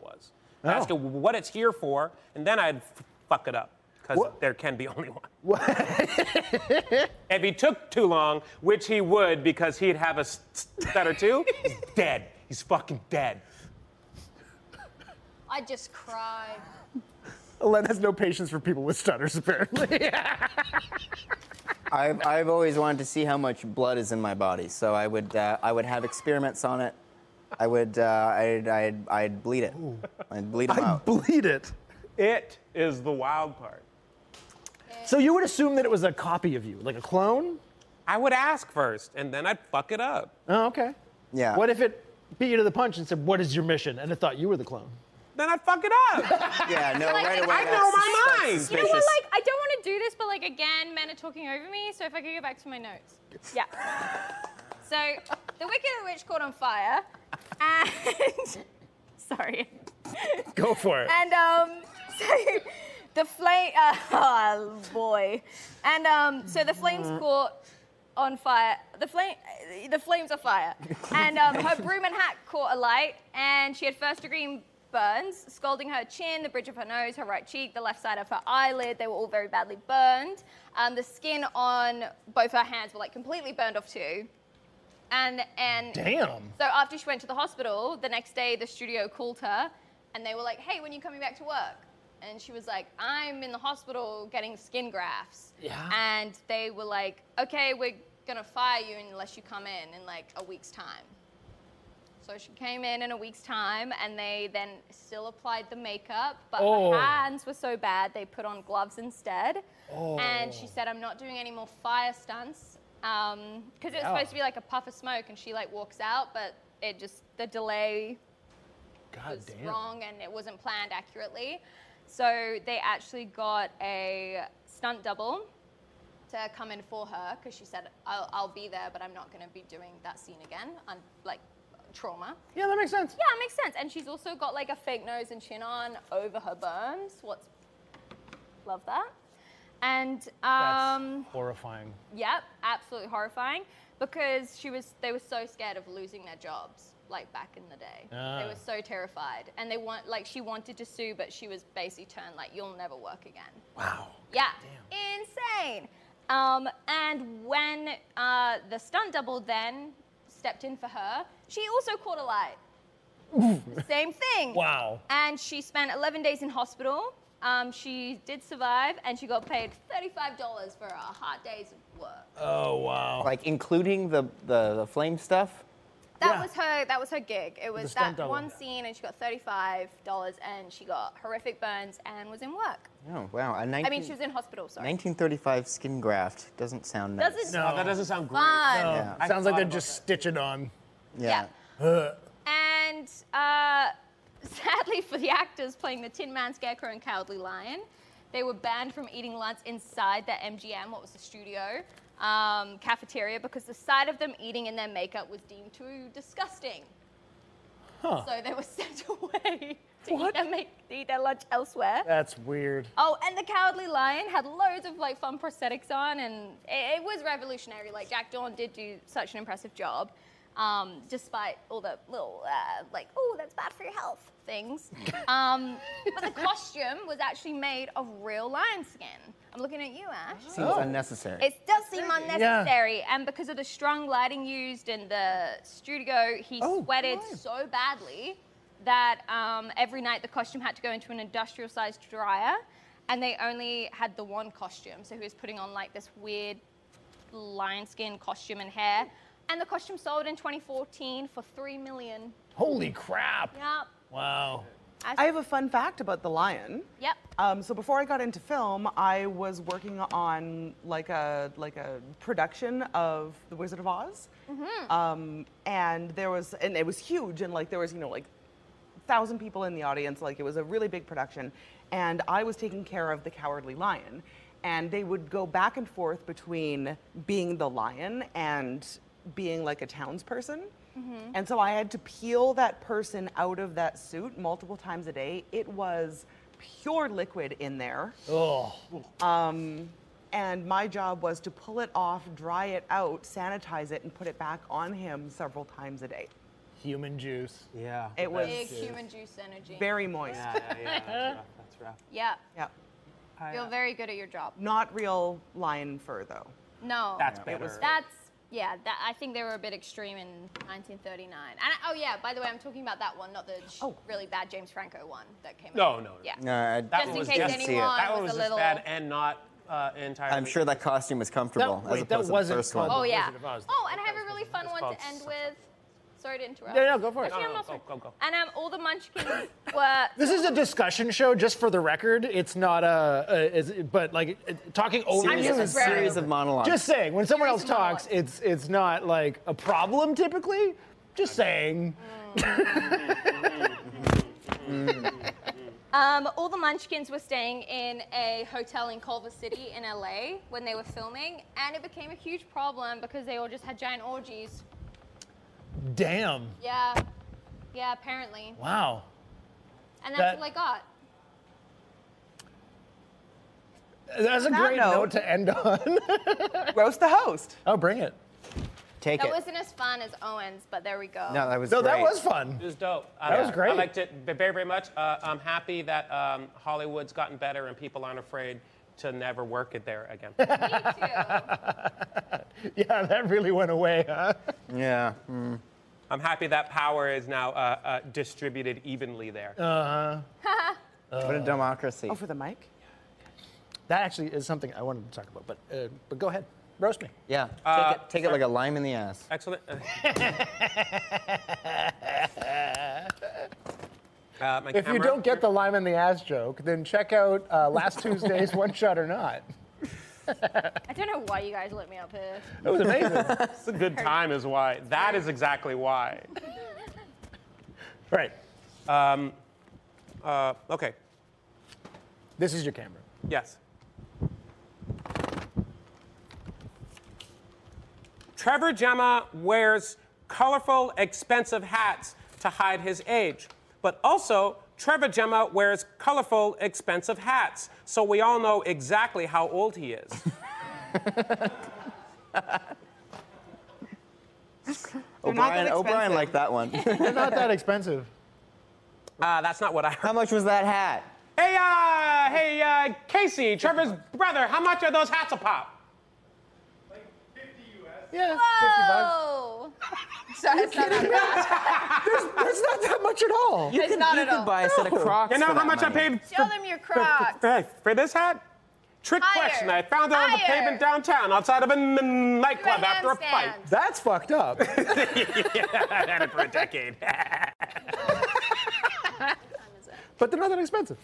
Speaker 5: was. I'd ask
Speaker 2: Oh.
Speaker 5: it what it's here for, and then I'd f- fuck it up because
Speaker 2: What-
Speaker 5: there can be <laughs> only one. if he took too long, which he would because he'd have a s- stutter too, he's dead. He's fucking dead.
Speaker 3: I just cry.
Speaker 2: Len has no patience for people with stutters, apparently.
Speaker 1: I've, I've always wanted to see how much blood is in my body, so I would uh, I would have experiments on it. I would uh, I'd, I'd, I'd bleed it. I'd bleed them
Speaker 2: I
Speaker 1: out.
Speaker 2: <laughs> bleed it.
Speaker 5: It is the wild part.
Speaker 2: So you would assume that it was a copy of you, like a clone?
Speaker 5: I would ask first, and then I'd fuck it up.
Speaker 2: Oh, okay.
Speaker 1: Yeah.
Speaker 2: What if it beat you to the punch and said, What is your mission? And it thought you were the clone. <laughs>
Speaker 5: Then I'd fuck it up.
Speaker 1: Yeah, <laughs> no,
Speaker 3: Like,
Speaker 1: right away.
Speaker 3: I
Speaker 1: that's
Speaker 5: know my
Speaker 1: sus-
Speaker 5: mind.
Speaker 1: that's
Speaker 3: You know what?
Speaker 1: suspicious.
Speaker 3: Like, I don't want to do this, but like again, men are talking over me. So if I could go back to my notes, yeah. so the Wicked Witch caught on fire, and <laughs> sorry,
Speaker 2: Go for it.
Speaker 3: and um, <laughs> so the flame. <laughs> Uh, oh boy, and um, so the flames caught on fire. The flame, the flames are fire, and um, her broom and hat caught alight, and she had first degree burns, scalding her chin, the bridge of her nose, her right cheek, the left side of her eyelid. They were all very badly burned. Um, the skin on both her hands were like completely burned off too. And and
Speaker 2: Damn.
Speaker 3: so after she went to the hospital, the next day the studio called her and they were like, hey, when are you coming back to work? And she was like, I'm in the hospital getting skin grafts.
Speaker 2: Yeah.
Speaker 3: And they were like, okay, we're gonna fire you unless you come in in like a week's time. So she came in in a week's time and they then still applied the makeup, but
Speaker 2: Oh.
Speaker 3: her hands were so bad they put on gloves instead.
Speaker 2: Oh.
Speaker 3: And she said, I'm not doing any more fire stunts because it was
Speaker 2: Yeah.
Speaker 3: supposed to be like a puff of smoke and she like walks out, but it just, the delay
Speaker 2: God
Speaker 3: was
Speaker 2: damn.
Speaker 3: wrong and it wasn't planned accurately. So they actually got a stunt double to come in for her because she said, I'll, I'll be there, but I'm not going to be doing that scene again, un- like trauma.
Speaker 2: Yeah, that makes sense.
Speaker 3: Yeah, it makes sense. And she's also got like a fake nose and chin on over her berms. What's love that? And um,
Speaker 2: That's horrifying.
Speaker 3: Yep, absolutely horrifying because she was they were so scared of losing their jobs like back in the day. They
Speaker 2: Ah.
Speaker 3: were so terrified and they want like she wanted to sue but she was basically turned like you'll never work again.
Speaker 2: Wow.
Speaker 3: Yeah. Insane. Um, and when uh, the stunt double then stepped in for her, she also caught a light. Same thing.
Speaker 2: Wow.
Speaker 3: And she spent 11 days in hospital. Um, she did survive and she got paid $35 for a hard day's of work.
Speaker 2: Oh, wow.
Speaker 1: Like, including the, the, the flame stuff.
Speaker 3: That
Speaker 2: Yeah.
Speaker 3: was her. That was her gig. It was
Speaker 2: stunt
Speaker 3: that
Speaker 2: double.
Speaker 3: one scene, and she got thirty-five dollars, and she got horrific burns, and was in work.
Speaker 1: Oh, wow. A 19,
Speaker 3: I mean, she was in hospital. Sorry.
Speaker 1: 1935 skin graft doesn't sound nice.
Speaker 3: Doesn't
Speaker 2: No.
Speaker 5: Oh, that doesn't sound great.
Speaker 3: fun.
Speaker 2: Oh,
Speaker 1: Yeah.
Speaker 5: I
Speaker 2: Sounds like
Speaker 5: thought
Speaker 2: they're
Speaker 5: about
Speaker 2: just
Speaker 5: that.
Speaker 2: stitching on.
Speaker 1: Yeah.
Speaker 3: And uh, <laughs> sadly for the actors playing the Tin Man, Scarecrow, and Cowardly Lion, they were banned from eating lunch inside their MGM, what was the studio, um, cafeteria, because the sight of them eating in their makeup was deemed too disgusting. So they were <laughs> sent away to eat
Speaker 2: What?
Speaker 3: their, make- to eat their lunch elsewhere.
Speaker 2: That's weird.
Speaker 3: Oh, and the Cowardly Lion had loads of like fun prosthetics on, and it, it was revolutionary. Like Jack Dawn did do such an impressive job, um, despite all the little uh, like, oh, that's bad for your health things. um, but the costume was actually made of real lion skin. I'm looking at you, Ash.
Speaker 1: Seems unnecessary.
Speaker 3: It does seem unnecessary, and because of the strong lighting used in the studio, he
Speaker 2: Oh,
Speaker 3: sweated
Speaker 2: right.
Speaker 3: so badly that um, every night the costume had to go into an industrial-sized dryer, and they only had the one costume. So he was putting on like this weird lion skin costume and hair, and the costume sold in 2014 for three million.
Speaker 2: Holy crap.
Speaker 3: Yep.
Speaker 2: Wow.
Speaker 4: I have a fun fact about the lion.
Speaker 3: Yep.
Speaker 4: Um, so before I got into film, I was working on like a like a production of The Wizard of Oz, um, and there was and it was huge and like there was you know like thousand people in the audience like it was a really big production, and I was taking care of the Cowardly Lion, and they would go back and forth between being the lion and being like a townsperson. And so I had to peel that person out of that suit multiple times a day. It was pure liquid in there.
Speaker 2: Oh.
Speaker 4: And my job was to pull it off, dry it out, sanitize it, and put it back on him several times a day.
Speaker 2: Human juice.
Speaker 5: Yeah.
Speaker 4: It was
Speaker 3: Big human juice energy.
Speaker 4: very moist. Yeah.
Speaker 5: That's rough.
Speaker 3: Yep. You're very good at your job.
Speaker 4: Not real lion fur, though.
Speaker 3: No.
Speaker 5: That's better.
Speaker 3: That's yeah. That, I think they were a bit extreme in 1939. And I, oh yeah, by the way, I'm talking about that one, not the sh-
Speaker 4: Oh.
Speaker 3: really bad James Franco one that came.
Speaker 5: No,
Speaker 3: out.
Speaker 5: no, no.
Speaker 3: Yeah.
Speaker 1: No, I
Speaker 3: Just
Speaker 1: didn't
Speaker 3: in
Speaker 5: was
Speaker 3: case
Speaker 5: just-
Speaker 1: see it.
Speaker 3: anyone
Speaker 5: that one
Speaker 3: was
Speaker 5: was
Speaker 3: a
Speaker 5: just
Speaker 3: little.
Speaker 5: bad and not uh, entirely.
Speaker 1: I'm sure that costume was comfortable
Speaker 2: That-
Speaker 1: as
Speaker 2: wait, that
Speaker 1: opposed to the
Speaker 2: wasn't
Speaker 1: first one.
Speaker 2: called-
Speaker 3: Oh
Speaker 2: The
Speaker 3: yeah.
Speaker 2: Wizard of Oz, though.
Speaker 3: Oh, and I
Speaker 5: That
Speaker 3: have a
Speaker 5: was-
Speaker 3: really
Speaker 5: it's
Speaker 3: fun one
Speaker 5: called
Speaker 3: to end
Speaker 5: Suck-
Speaker 3: with. Sorry to interrupt.
Speaker 2: No, no, go for it.
Speaker 3: Actually,
Speaker 5: No,
Speaker 3: I'm
Speaker 5: no,
Speaker 3: not
Speaker 5: go,
Speaker 3: sorry.
Speaker 5: go, go.
Speaker 3: And um, all the munchkins <laughs> were.
Speaker 2: This is a discussion show, just for the record. It's not a, a is, but like uh, talking over
Speaker 3: I'm
Speaker 2: you
Speaker 3: just
Speaker 2: is-
Speaker 3: a rare-
Speaker 1: series of monologues.
Speaker 2: Just saying, when someone else
Speaker 3: Series of
Speaker 2: talks, it's it's not like a problem typically. Just saying.
Speaker 3: Um, all the Munchkins were staying in a hotel in Culver City in LA when they were filming, and it became a huge problem because they all just had giant orgies.
Speaker 2: Damn.
Speaker 3: Yeah, yeah, apparently.
Speaker 2: Wow.
Speaker 3: And
Speaker 2: That-
Speaker 3: that's all I got.
Speaker 2: That's a
Speaker 4: that
Speaker 2: great
Speaker 4: note-
Speaker 2: note to end on. <laughs>
Speaker 4: Roast the host.
Speaker 2: oh, bring it.
Speaker 1: Take
Speaker 3: That
Speaker 1: it.
Speaker 3: wasn't as fun as Owen's, but there we go.
Speaker 1: no, that was
Speaker 2: No, that
Speaker 1: great.
Speaker 2: was fun.
Speaker 5: It was dope.
Speaker 2: That was great.
Speaker 5: I liked it b- very, very much. Uh, I'm happy that um, Hollywood's gotten better and people aren't afraid to never work it there again.
Speaker 3: Me too.
Speaker 2: <laughs> Yeah, that really went away, huh?
Speaker 1: Yeah. Mm.
Speaker 5: I'm happy that power is now uh, uh, distributed evenly there.
Speaker 2: Uh. Uh-huh.
Speaker 1: What a democracy.
Speaker 4: Oh, for the mic.
Speaker 2: That actually is something I wanted to talk about, but uh, but go ahead, roast me.
Speaker 1: Yeah. Take,
Speaker 5: Uh,
Speaker 1: it, take it like a lime in the ass.
Speaker 5: Excellent. Uh, my
Speaker 2: If you
Speaker 5: camera-
Speaker 2: don't get the lime in the ass joke, then check out uh, last <laughs> Tuesday's One Shot or Not.
Speaker 3: I don't know why you guys let me up here.
Speaker 2: It was amazing.
Speaker 5: It's a <laughs> good time is why. That is exactly why.
Speaker 2: <laughs> right.
Speaker 5: Uh, okay.
Speaker 2: This is your camera.
Speaker 5: Yes. Trevor Gemma wears colorful, expensive hats to hide his age, but also Trevor Gemma wears colorful, expensive hats, so we all know exactly how old he is.
Speaker 4: They're not that
Speaker 1: O'Brien, O'Brien
Speaker 4: expensive.
Speaker 1: liked that one.
Speaker 2: They're not that expensive.
Speaker 5: Uh, that's not what I heard.
Speaker 1: How much was that hat?
Speaker 5: Hey, uh, hey, uh, Casey, Trevor's brother, how much are those hats a pop?
Speaker 2: Yeah, 50 bucks.
Speaker 3: Whoa! Sorry, it's not that bad.
Speaker 2: That's not that much at all.
Speaker 1: You
Speaker 3: It's
Speaker 1: could,
Speaker 3: not
Speaker 1: you
Speaker 3: at
Speaker 1: could
Speaker 3: all.
Speaker 1: buy a set of Crocs.
Speaker 5: You know
Speaker 1: for
Speaker 5: how
Speaker 1: that
Speaker 5: much
Speaker 1: money.
Speaker 5: I paid
Speaker 3: Show them your Crocs.
Speaker 5: For, for- for this hat? Trick
Speaker 3: Higher.
Speaker 5: question I found it on the
Speaker 3: Higher.
Speaker 5: pavement downtown outside of a n- n- nightclub
Speaker 3: Do a
Speaker 5: after a fight.
Speaker 3: handstand.
Speaker 2: That's fucked up.
Speaker 5: I've had it for a decade.
Speaker 2: but they're not that expensive.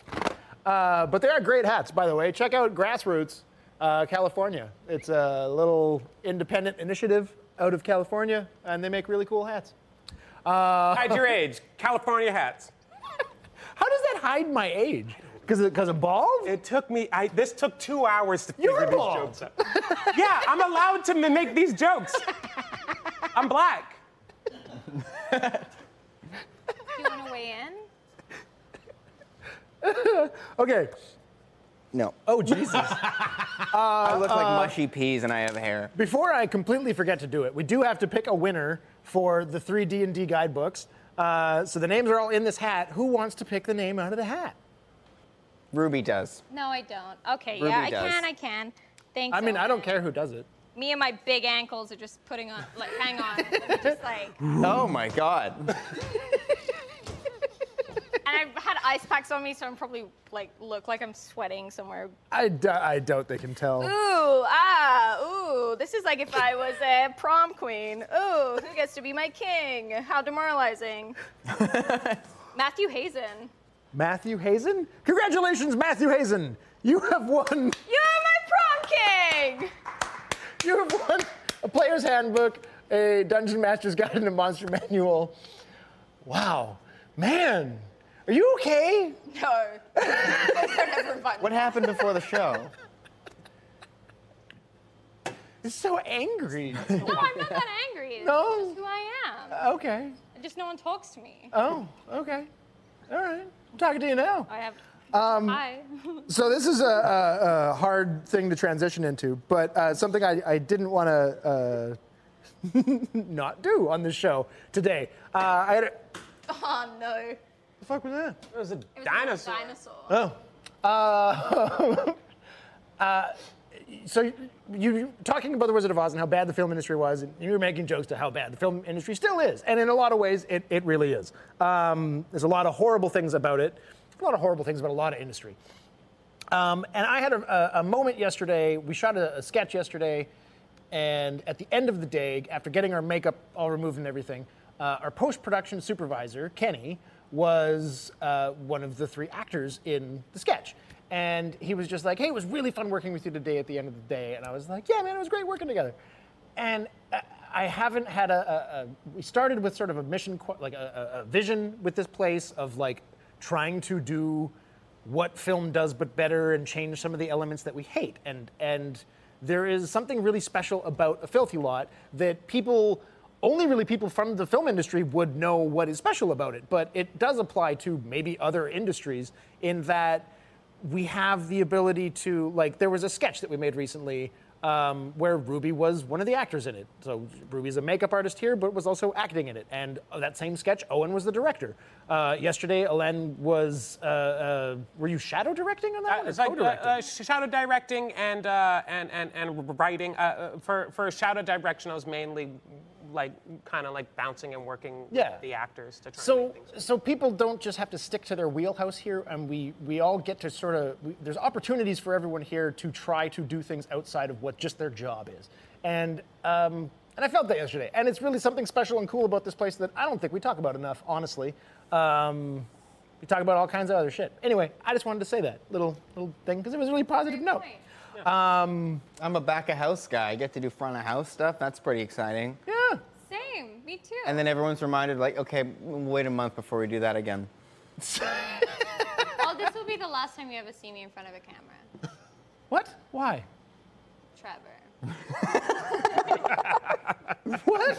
Speaker 2: Uh, but they are great hats, by the way. Check out Grassroots, uh, California. It's a little independent initiative out of California, and they make really cool hats.
Speaker 5: Hide your age. California hats.
Speaker 2: How does that hide my age? Because because I'm bald?
Speaker 5: It took me, I, this took two hours to
Speaker 2: You're
Speaker 5: figure these
Speaker 2: bald.
Speaker 5: jokes out. yeah, I'm allowed to m- make these jokes. I'm black.
Speaker 3: Do you want to weigh in?
Speaker 2: Okay.
Speaker 1: No.
Speaker 2: Oh Jesus.
Speaker 1: <laughs> I look like mushy peas and I have hair.
Speaker 2: Before I completely forget to do it, we do have to pick a winner for the three D and D guidebooks. Uh, so the names are all in this hat. Who wants to pick the name out of the hat?
Speaker 1: Ruby does.
Speaker 3: No, I don't. Okay,
Speaker 1: Ruby
Speaker 3: yeah, I
Speaker 1: does.
Speaker 3: can, I can. Thanks.
Speaker 2: I mean, I
Speaker 3: Owen.
Speaker 2: don't care who does it.
Speaker 3: Me and my big ankles are just putting on, like, hang on. just like,
Speaker 1: <laughs>
Speaker 3: and
Speaker 1: Oh my god.
Speaker 3: I've had ice packs on me, so I'm probably, like, look like I'm sweating somewhere.
Speaker 2: I, d- I doubt they can tell.
Speaker 3: Ooh, ah, ooh. This is like if I was a prom queen. Ooh, who gets to be my king? How <laughs> demoralizing. Matthew Hazen.
Speaker 2: Matthew Hazen? Congratulations, Matthew Hazen! You have won.
Speaker 3: You are my prom king!
Speaker 2: You have won a player's handbook, a dungeon master's guide, and a monster manual. Wow, man, are you okay?
Speaker 3: No. They're never fun.
Speaker 1: What happened before the show?
Speaker 2: It's so angry.
Speaker 3: No, I'm not that angry. It's
Speaker 2: No.
Speaker 3: just who I am.
Speaker 2: okay.
Speaker 3: Just no one talks to me.
Speaker 2: Oh, okay. All right. I'm talking to you now. Um,
Speaker 3: I have. Hi.
Speaker 2: So this is a, a, a hard thing to transition into, but uh, something I, I didn't want to uh, <laughs> not do on this show today. Uh, I had a,
Speaker 3: <laughs> Oh no.
Speaker 2: the fuck was that?
Speaker 5: It was a
Speaker 3: It was
Speaker 5: dinosaur.
Speaker 3: A dinosaur.
Speaker 2: Oh. Uh, uh, <laughs> so you you- talking about the Wizard of Oz and how bad the film industry was, and you were making jokes to how bad the film industry still is, and in a lot of ways, it, it really is. Um, there's a lot of horrible things about it, a lot of horrible things about a lot of industry. Um, and I had a, a, a moment yesterday. We shot a, a sketch yesterday, and at the end of the day, after getting our makeup all removed and everything, uh, Uh, our post production supervisor, Kenny, was uh, one of the three actors in the sketch. And he was just like, hey, it was really fun working with you today at the end of the day. And I was like, yeah, man, it was great working together. And I- I haven't had a, a, a we started with sort of a mission, qu- like a, a- a vision with this place of like trying to do what film does but better and change some of the elements that we hate. And and there is something really special about a filthy lot that people only really people from the film industry would know what is special about it, but it does apply to maybe other industries in that we have the ability to like there was a sketch that we made recently um, where ruby was one of the actors in it so ruby's a makeup artist here but was also acting in it and that same sketch owen was the director uh, yesterday elen was uh, uh, were you shadow directing on that
Speaker 5: Uh,
Speaker 2: one or
Speaker 5: it's like uh,
Speaker 2: co-directing?
Speaker 5: uh, sh- shadow directing and uh, and and and writing. Uh, uh, for for shadow direction, I was mainly like kind of like bouncing and working
Speaker 2: Yeah.
Speaker 5: with the actors to try and
Speaker 2: So,
Speaker 5: make things.
Speaker 2: so people don't just have to stick to their wheelhouse here, and we, we all get to sort of we, there's opportunities for everyone here to try to do things outside of what just their job is, and um, and I felt that yesterday, and it's really something special and cool about this place that I don't think we talk about enough, honestly. Um, we talk about all kinds of other shit. Anyway, I just wanted to say that little little thing because it was a really positive note.
Speaker 3: Great.
Speaker 1: I'm a back of house guy. I get to do front of house stuff. That's pretty exciting.
Speaker 2: Yeah.
Speaker 3: Same, me too.
Speaker 1: And then everyone's reminded, like, okay, wait a month before we do that again.
Speaker 3: oh, this will be the last time you ever see me in front of a camera,
Speaker 2: What? Why? <laughs>
Speaker 3: Trevor. what?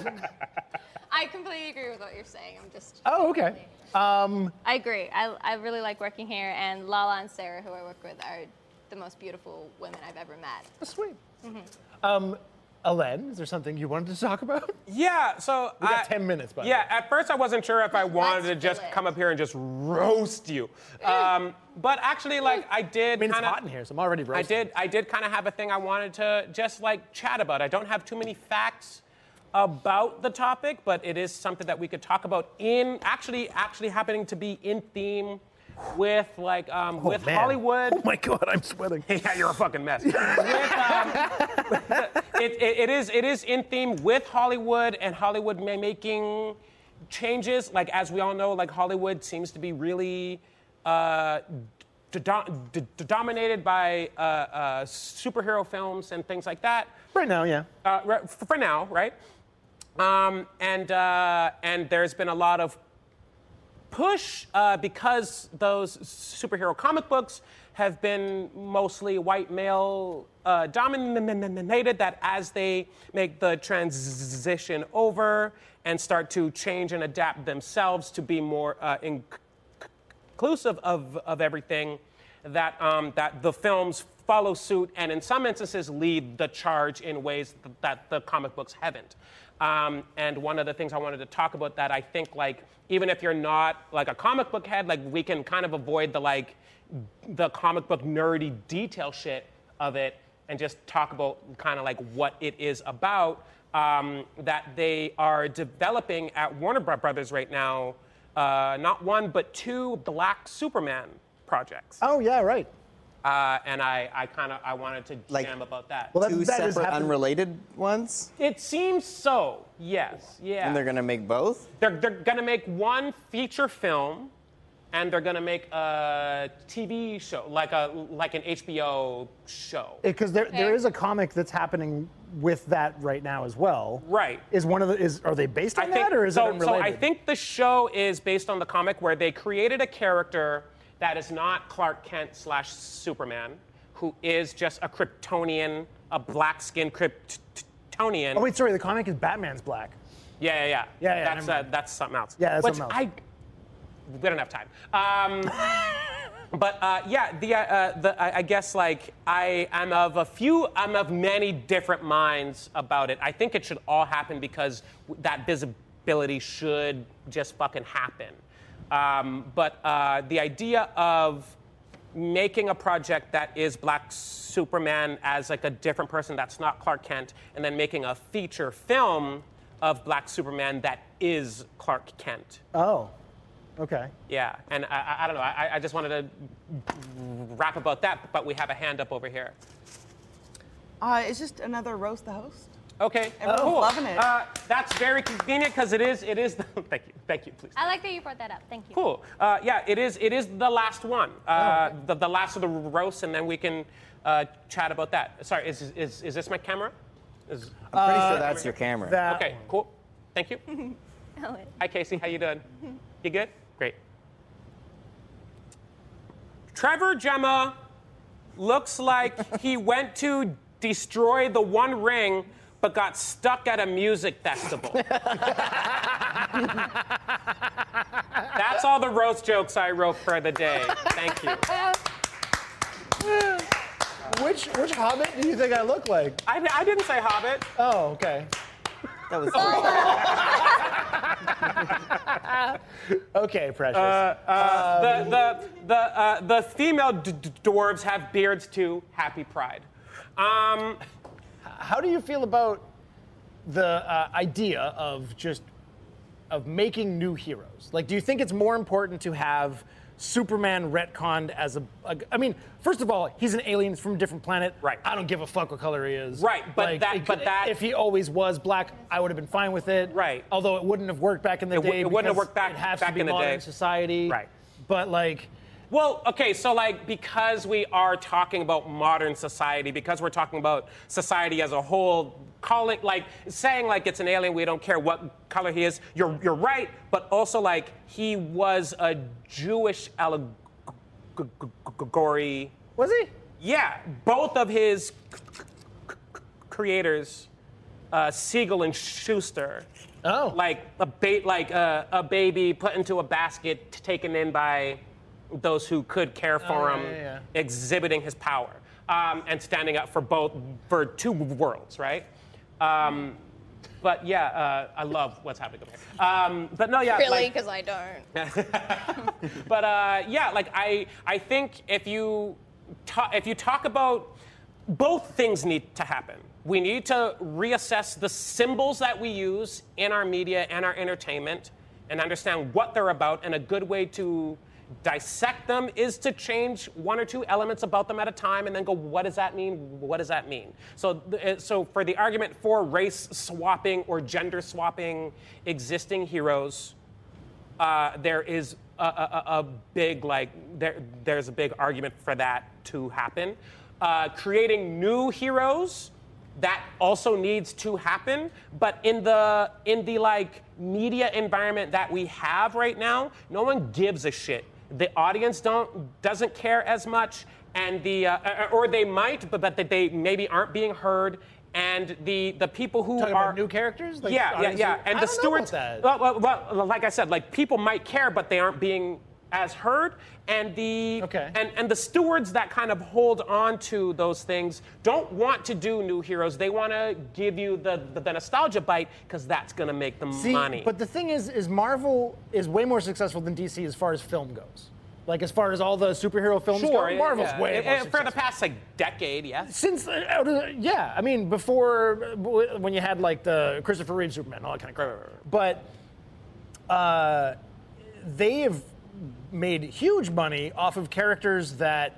Speaker 3: I completely agree with what you're saying. I'm just.
Speaker 2: Oh, okay. Um,
Speaker 3: I agree. I, I really like working here, and Lala and Sarah, who I work with, are the most beautiful women I've ever met.
Speaker 2: Sweet.
Speaker 5: Mm-hmm.
Speaker 2: Um, Alen, is there something you wanted to talk about?
Speaker 5: Yeah, so
Speaker 2: We got
Speaker 5: I-
Speaker 2: 10 minutes, by the
Speaker 5: yeah, at first I wasn't sure if I wanted to
Speaker 3: Let's
Speaker 5: just
Speaker 3: do it.
Speaker 5: come up here and just roast you, um, but actually, like I did.
Speaker 2: I mean, it's
Speaker 5: kinda-
Speaker 2: hot in here, so I'm already
Speaker 5: I
Speaker 2: roasting.
Speaker 5: did. I did kind of have a thing I wanted to just like chat about. I don't have too many facts about the topic, but it is something that we could talk about in actually actually happening to be in theme with like um,
Speaker 2: Oh,
Speaker 5: with
Speaker 2: man.
Speaker 5: Hollywood.
Speaker 2: Oh my god, I'm sweating.
Speaker 5: <laughs> Yeah, you're a fucking mess. With, um, it, it- it is it is in theme with Hollywood and Hollywood ma- making changes. Like as we all know, like Hollywood seems to be really uh, d- do- d- d- dominated by uh, uh, superhero films and things like that.
Speaker 2: Right now, yeah.
Speaker 5: Uh, right- f- for now, right? Um, and uh, and there's been a lot of push uh, because those superhero comic books have been mostly white male uh, dominated. That as they make the transition over and start to change and adapt themselves to be more uh, in- inclusive of, of everything, that um, that the films follow suit and in some instances lead the charge in ways th- that the comic books haven't. Um, and one of the things I wanted to talk about that I think like even if you're not like a comic book head, like we can kind of avoid the like the comic book nerdy detail shit of it and just talk about kind of like what it is about. Um, that they are developing at Warner Bro- Brothers right now, uh, not one but two Black Superman projects
Speaker 2: Oh yeah, right.
Speaker 5: uh, and I, I kind of I wanted to
Speaker 1: Like-
Speaker 5: jam about that.
Speaker 2: Well, that-
Speaker 1: Two
Speaker 2: that is
Speaker 1: separate,
Speaker 2: happening.
Speaker 1: unrelated ones,
Speaker 5: it seems so. Yes. Yeah.
Speaker 1: and they're gonna make both.
Speaker 5: they're, they're gonna make one feature film, and they're gonna make a TV show like a like an HBO show.
Speaker 2: Because there, there
Speaker 3: Okay.
Speaker 2: is a comic that's happening with that right now as well.
Speaker 5: Right.
Speaker 2: Is one of the is are they based on that or is
Speaker 5: so,
Speaker 2: it unrelated?
Speaker 5: so I think the show is based on the comic where they created a character that is not Clark Kent slash Superman, who is just a Kryptonian, a black skinned Kryptonian.
Speaker 2: Oh wait, sorry. The comic is Batman's
Speaker 5: <laughs>
Speaker 2: black.
Speaker 5: Yeah, yeah, yeah.
Speaker 2: Yeah, yeah,
Speaker 5: that's,
Speaker 2: never
Speaker 5: uh,
Speaker 2: mind.
Speaker 5: that's something else.
Speaker 2: Yeah, that's
Speaker 5: Which
Speaker 2: something else.
Speaker 5: I, we don't have time.
Speaker 2: <laughs>
Speaker 5: Um, but uh, yeah, the, uh, uh, the I, I guess like I am of a few, I'm of many different minds about it. I think it should all happen because w- that visibility should just fucking happen. Um, but uh, the idea of making a project that is Black Superman as like a different person that's not Clark Kent, and then making a feature film of Black Superman that is Clark Kent.
Speaker 2: Oh. Okay.
Speaker 5: Yeah, and I, I, I don't know. I, I just wanted to rap about that, but we have a hand up over here.
Speaker 4: Uh, it's just another roast the host.
Speaker 5: Okay,
Speaker 4: Everyone's
Speaker 5: cool.
Speaker 4: loving it.
Speaker 5: Uh, that's very convenient because it is. It is. The, <laughs> thank you. Thank you. Please.
Speaker 3: I like that you brought that up. Thank you.
Speaker 5: Cool. Uh, yeah, it is. It is the last one. Uh,
Speaker 4: Oh.
Speaker 5: the, the last of the roasts, and then we can uh, chat about that. Sorry, is is, is this my camera? Is,
Speaker 1: I'm
Speaker 4: Uh,
Speaker 1: pretty sure Uh, that's your camera.
Speaker 2: That
Speaker 5: okay.
Speaker 2: one.
Speaker 5: Cool. Thank you.
Speaker 3: Oh, it-
Speaker 5: Hi, Casey. How you doing? You good? Great. Trevor Gemma looks like he went to destroy the One Ring, but got stuck at a music festival. That's all the roast jokes I wrote for the day. Thank you.
Speaker 2: Which which Hobbit do you think I look like?
Speaker 5: I, I didn't say Hobbit.
Speaker 2: Oh, okay.
Speaker 1: That
Speaker 2: <laughs>
Speaker 1: was
Speaker 2: Okay, precious.
Speaker 5: Uh, the the the uh, the female d- d- dwarves have beards too. Happy Pride. Um,
Speaker 2: How do you feel about the uh, idea of just of making new heroes? Like, do you think it's more important to have Superman retconned as a? a- I mean, first of all, he's an alien from a different planet.
Speaker 5: Right.
Speaker 2: I don't give a fuck what color he is.
Speaker 5: Right, but
Speaker 2: Like,
Speaker 5: that-
Speaker 2: it-
Speaker 5: but that-
Speaker 2: If he always was black, I would have been fine with it.
Speaker 5: Right.
Speaker 2: Although it wouldn't have worked back in the
Speaker 5: It wou-
Speaker 2: day.
Speaker 5: it wouldn't have
Speaker 2: because
Speaker 5: worked back-
Speaker 2: It has
Speaker 5: back
Speaker 2: to be
Speaker 5: in the
Speaker 2: modern
Speaker 5: day.
Speaker 2: society.
Speaker 5: Right.
Speaker 2: But like.
Speaker 5: Well, okay, so like because we are talking about modern society, because we're talking about society as a whole, calling like saying like it's an alien, we don't care what color he is. You're you're right, but also like he was a Jewish allegory.
Speaker 2: Was he?
Speaker 5: Yeah, both of his c- c- c- creators, uh, Siegel and Schuster,
Speaker 2: Oh.
Speaker 5: like a ba- like a, a baby put into a basket, t- taken in by those who could care for
Speaker 2: Oh, yeah,
Speaker 5: him,
Speaker 2: yeah, yeah.
Speaker 5: exhibiting his power um, and standing up for both for two worlds, right? Um, but yeah, uh, I love what's happening over here. Um, but no, yeah,
Speaker 3: Really?
Speaker 5: like-
Speaker 3: Because I don't.
Speaker 5: but uh, yeah, like I, I think if you, ta- if you talk about both things need to happen. We need to reassess the symbols that we use in our media and our entertainment, and understand what they're about. And a good way to dissect them is to change one or two elements about them at a time, and then go, what does that mean? What does that mean? So, th- uh, so for the argument for race swapping or gender swapping existing heroes uh, there is a, a, a a big like there, there's a big argument for that to happen. Uh, creating new heroes that also needs to happen, but in the in the like media environment that we have right now, no one gives a shit. The audience don't doesn't care as much, and the uh, or they might, but but they maybe aren't being heard. And the, the people who
Speaker 2: Talking
Speaker 5: are
Speaker 2: about new characters? Like,
Speaker 5: yeah, yeah,
Speaker 2: honestly?
Speaker 5: yeah. And
Speaker 2: I
Speaker 5: the
Speaker 2: don't know about
Speaker 5: stewards,
Speaker 2: that.
Speaker 5: well, well, well, like I said, like people might care, but they aren't being as heard. And the
Speaker 2: Okay.
Speaker 5: and and the stewards that kind of hold on to those things don't want to do new heroes. They want to give you the the, the nostalgia bite because that's gonna make them
Speaker 2: See,
Speaker 5: money.
Speaker 2: But the thing is, is Marvel is way more successful than DC as far as film goes. Like as far as all the superhero films
Speaker 5: sure,
Speaker 2: go,
Speaker 5: yeah,
Speaker 2: Marvel's
Speaker 5: yeah.
Speaker 2: way
Speaker 5: And-
Speaker 2: more
Speaker 5: and for the
Speaker 2: successful.
Speaker 5: past like decade, yes.
Speaker 2: Since uh, out of the- yeah, I mean before uh, w- when you had like the Christopher Reeve Superman, all that kind of crap.
Speaker 5: Right, right,
Speaker 2: But uh, they have made huge money off of characters that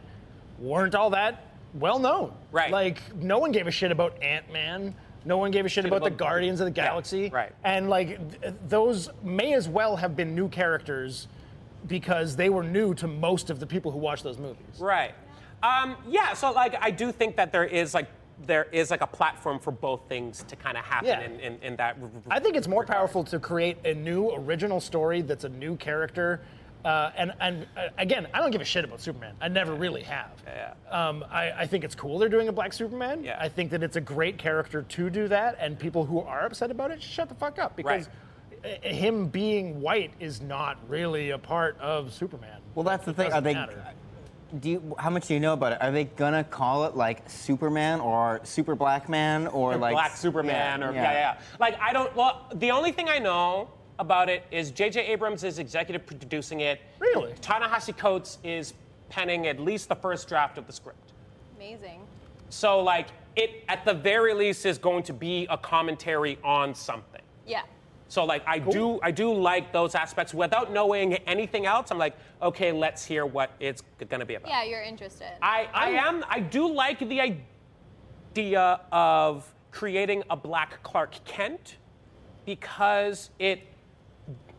Speaker 2: weren't all that well known.
Speaker 5: Right.
Speaker 2: Like no one gave a shit about Ant Man. No one gave a shit about, the
Speaker 5: about-
Speaker 2: Guardians of the
Speaker 5: Yeah,
Speaker 2: Galaxy.
Speaker 5: right.
Speaker 2: And like th- those may as well have been new characters because they were new to most of the people who watch those movies.
Speaker 5: Right. Um, yeah. So like, I do think that there is like there is like a platform for both things to kind of happen
Speaker 2: Yeah.
Speaker 5: in, in, in that.
Speaker 2: I think it's more powerful to create a new original story that's a new character. Uh, and and uh, again, I don't give a shit about Superman. I never really have.
Speaker 5: Yeah.
Speaker 2: Um, I, I think it's cool they're doing a black Superman.
Speaker 5: Yeah.
Speaker 2: I think that it's a great character to do that, and people who are upset about it, shut the fuck up because uh, him being white is not really a part of Superman.
Speaker 1: Well, that's the thing. Are
Speaker 2: Doesn't
Speaker 1: they?
Speaker 2: matter.
Speaker 1: Do you, how much do you know about it? Are they gonna call it like Superman or Super Black Man or, like
Speaker 5: Black Superman
Speaker 1: Yeah,
Speaker 5: or yeah. yeah, Like I don't. Well, the only thing I know about it is J.J. Abrams is executive producing it.
Speaker 2: Really?
Speaker 5: Ta-Nehisi Coates is penning at least the first draft of the script.
Speaker 3: Amazing.
Speaker 5: So like it at the very least is going to be a commentary on something.
Speaker 3: Yeah.
Speaker 5: So like I do I do like those aspects without knowing anything else. I'm like, okay, let's hear what it's going to be about.
Speaker 3: Yeah, you're interested.
Speaker 5: I, I am I do like the idea of creating a black Clark Kent because it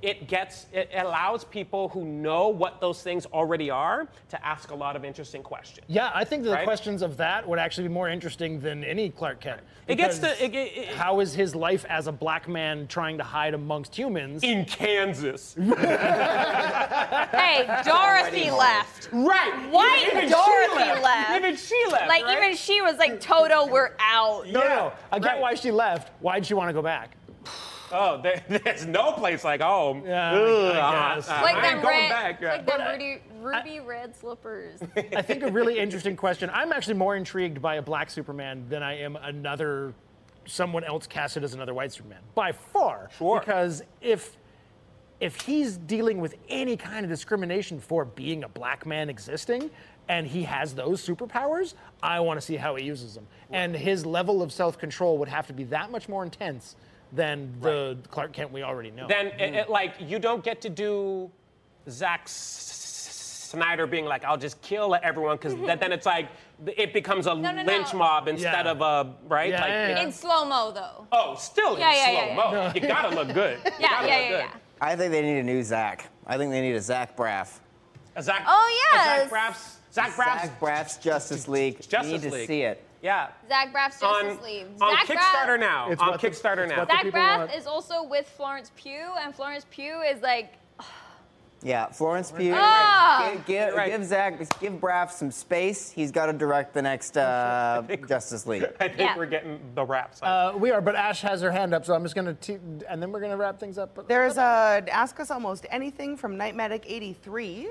Speaker 5: it gets it allows people who know what those things already are to ask a lot of interesting questions.
Speaker 2: Yeah, I think that the
Speaker 5: Right?
Speaker 2: questions of that would actually be more interesting than any Clark Kent.
Speaker 5: It gets
Speaker 2: because
Speaker 5: the- it- it- it-
Speaker 2: how is his life as a black man trying to hide amongst humans?
Speaker 5: In Kansas,
Speaker 6: Hey, Dorothy left.
Speaker 5: right?
Speaker 6: White
Speaker 5: Even she
Speaker 6: Dorothy left.
Speaker 5: Even she left.
Speaker 6: Like
Speaker 5: right?
Speaker 6: even she was like, Toto, we're out.
Speaker 2: No, no, I get
Speaker 5: right.
Speaker 2: why she left. Why'd she want to go back?
Speaker 5: Oh, there, there's no place like home.
Speaker 2: Yeah, I-
Speaker 5: Ugh,
Speaker 2: I guess.
Speaker 5: uh,
Speaker 3: Like
Speaker 5: I
Speaker 3: them
Speaker 5: ain't going
Speaker 3: red,
Speaker 5: back. yeah.
Speaker 3: like them ruby, ruby red slippers.
Speaker 2: I think a really <laughs> interesting question. I'm actually more intrigued by a black Superman than I am another someone else casted as another white Superman by far.
Speaker 5: Sure.
Speaker 2: Because if if he's dealing with any kind of discrimination for being a black man existing and he has those superpowers, I want to see how he uses them. And his level of self-control would have to be that much more intense than the Clark Kent we already know.
Speaker 5: then
Speaker 6: Mm-hmm.
Speaker 5: it, it, like you don't get to do Zack S- S- Snyder being like, "I'll just kill everyone," because
Speaker 6: Mm-hmm.
Speaker 5: then it's like it becomes a
Speaker 3: No, no, no.
Speaker 5: lynch mob instead
Speaker 2: Yeah.
Speaker 5: of a right.
Speaker 2: Yeah,
Speaker 5: like,
Speaker 2: yeah,
Speaker 5: it-
Speaker 2: yeah.
Speaker 6: In slow mo though.
Speaker 5: oh, still
Speaker 6: Yeah,
Speaker 5: in
Speaker 6: yeah, yeah,
Speaker 5: slow mo. You gotta
Speaker 6: <laughs>
Speaker 5: look good. You
Speaker 6: Yeah,
Speaker 5: gotta
Speaker 6: yeah,
Speaker 5: look
Speaker 6: yeah,
Speaker 5: good.
Speaker 6: yeah.
Speaker 1: I think they need a new Zach. I think they need a Zach Braff.
Speaker 5: A Zach,
Speaker 6: Oh,
Speaker 5: a
Speaker 6: yes.
Speaker 5: Zach Braff's Zach Braff's
Speaker 1: Zach Braff's Justice League.
Speaker 5: Justice
Speaker 1: need to
Speaker 5: League.
Speaker 1: see it.
Speaker 5: Yeah.
Speaker 3: Zach Braff's
Speaker 5: On,
Speaker 3: Justice League.
Speaker 5: on
Speaker 3: Zach
Speaker 5: Kickstarter
Speaker 3: Braff,
Speaker 5: now.
Speaker 2: It's
Speaker 5: on
Speaker 2: what the-
Speaker 5: Kickstarter
Speaker 2: it's
Speaker 5: now.
Speaker 2: what the
Speaker 3: Zach
Speaker 2: people
Speaker 3: Braff
Speaker 2: want.
Speaker 3: is also with Florence Pugh, and Florence Pugh is like,
Speaker 1: Yeah, Florence Pugh.
Speaker 3: Ah!
Speaker 1: Give, give,
Speaker 5: Right.
Speaker 1: give Zach, give Braff some space. He's got to direct the next uh, Justice League.
Speaker 5: I think
Speaker 3: Yeah.
Speaker 5: we're getting the wraps.
Speaker 2: uh, we are, but Ash has her hand up, so I'm just gonna te- and then we're gonna wrap things up. But
Speaker 4: There is a Ask Us Almost Anything from Night Medic 83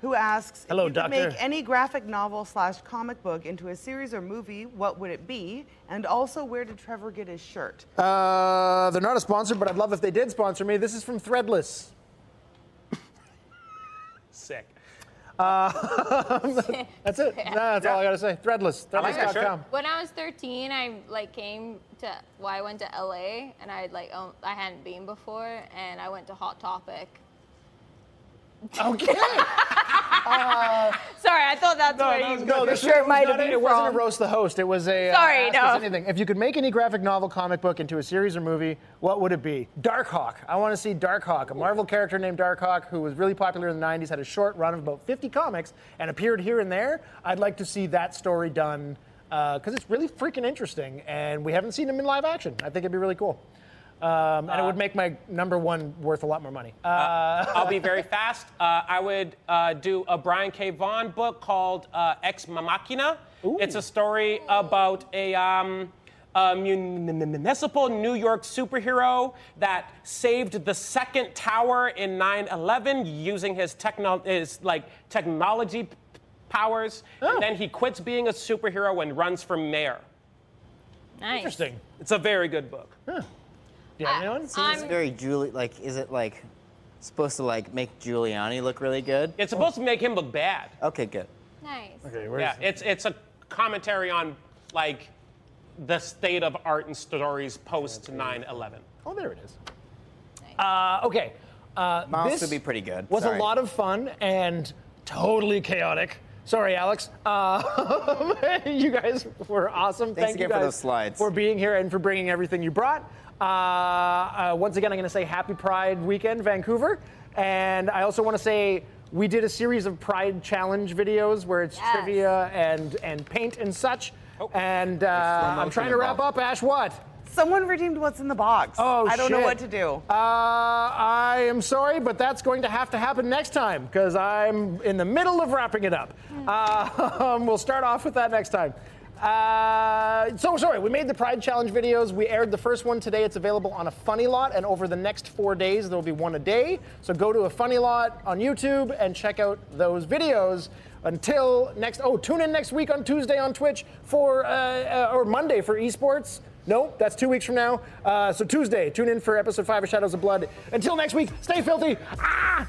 Speaker 4: who asks
Speaker 2: Hello,
Speaker 4: If you could
Speaker 2: doctor.
Speaker 4: make any graphic novel slash comic book into a series or movie, what would it be? And also, where did Trevor get his shirt?
Speaker 2: Uh, they're not a sponsor, but I'd love if they did sponsor me. This is from Threadless.
Speaker 5: Sick.
Speaker 2: That's <laughs> it. No, that's all I gotta say. Threadless.
Speaker 5: like that shirt.
Speaker 2: Threadless.com.
Speaker 3: when I was 13, I like came to, well, I went to LA, and I like, um, I hadn't been before, and I went to Hot Topic. <laughs>
Speaker 2: Okay.
Speaker 6: Sorry, I thought that's where
Speaker 5: Oh, that
Speaker 6: you
Speaker 5: was
Speaker 2: No, this
Speaker 6: shirt
Speaker 2: was
Speaker 6: might
Speaker 2: not
Speaker 6: have
Speaker 2: a-
Speaker 6: been
Speaker 2: It wasn't
Speaker 6: from.
Speaker 2: a roast the host. It was a. uh,
Speaker 6: Sorry,
Speaker 2: ask
Speaker 6: no.
Speaker 2: us anything. If you could make any graphic novel, comic book into a series or movie, what would it be? Darkhawk. I want to see Darkhawk, a Marvel character named Darkhawk who was really popular in the 90s, had a short run of about 50 comics, and appeared here and there. I'd like to see that story done because it's really freaking interesting, and we haven't seen him in live action. I think it'd be really cool. Um, and it would make my number one worth a lot more money. Uh,
Speaker 5: I'll be very fast. Uh, I would uh, do a Brian K. Vaughan book called uh, Ex Machina. It's a story about a, um, a municipal New York superhero that saved the second tower in 9/11 using his techno- his like technology p- powers,
Speaker 2: Oh.
Speaker 5: and then he quits being a superhero and runs for mayor.
Speaker 6: Nice.
Speaker 2: interesting.
Speaker 5: It's a very good book.
Speaker 2: Do you have anyone?
Speaker 1: It's very Julie. Like, is it like supposed to like make Giuliani look really good?
Speaker 5: It's supposed to make him look bad.
Speaker 1: Okay, good.
Speaker 3: Nice.
Speaker 5: Yeah, it's it's a commentary on like the state of art and stories post 9/11.
Speaker 2: Oh, there it is. Uh, okay. Uh,
Speaker 1: Miles
Speaker 2: this
Speaker 1: would be pretty good.
Speaker 2: Was
Speaker 1: Sorry.
Speaker 2: a lot of fun and totally chaotic. Sorry, Alex. Uh, <laughs> you guys were awesome.
Speaker 1: Thanks
Speaker 2: Thank you
Speaker 1: again for
Speaker 2: guys
Speaker 1: those slides.
Speaker 2: for being here and for bringing everything you brought. Uh, uh, once again, I'm going to say Happy Pride Weekend, Vancouver, and I also want to say we did a series of Pride Challenge videos where it's
Speaker 3: Yes.
Speaker 2: trivia and and paint and such. And uh, I'm
Speaker 1: Oh. motion
Speaker 2: trying to wrap
Speaker 1: involved.
Speaker 2: up. Ash, what?
Speaker 4: Someone redeemed what's in the box.
Speaker 2: Oh,
Speaker 4: I don't know
Speaker 2: shit.
Speaker 4: what to do.
Speaker 2: Uh, I am sorry, but that's going to have to happen next time because I'm in the middle of wrapping it up. Uh, <laughs> we'll start off with that next time. Uh, so sorry, we made the Pride Challenge videos. We aired the first one today. It's available on a Funny Lot, and over the next four days, there will be one a day. So go to a Funny Lot on YouTube and check out those videos. Until next, oh, tune in next week on Tuesday on Twitch for uh, uh, or Monday for esports. No, that's two weeks from now. Uh, so Tuesday, tune in for episode five of Shadows of Blood. Until next week, stay filthy. Ah!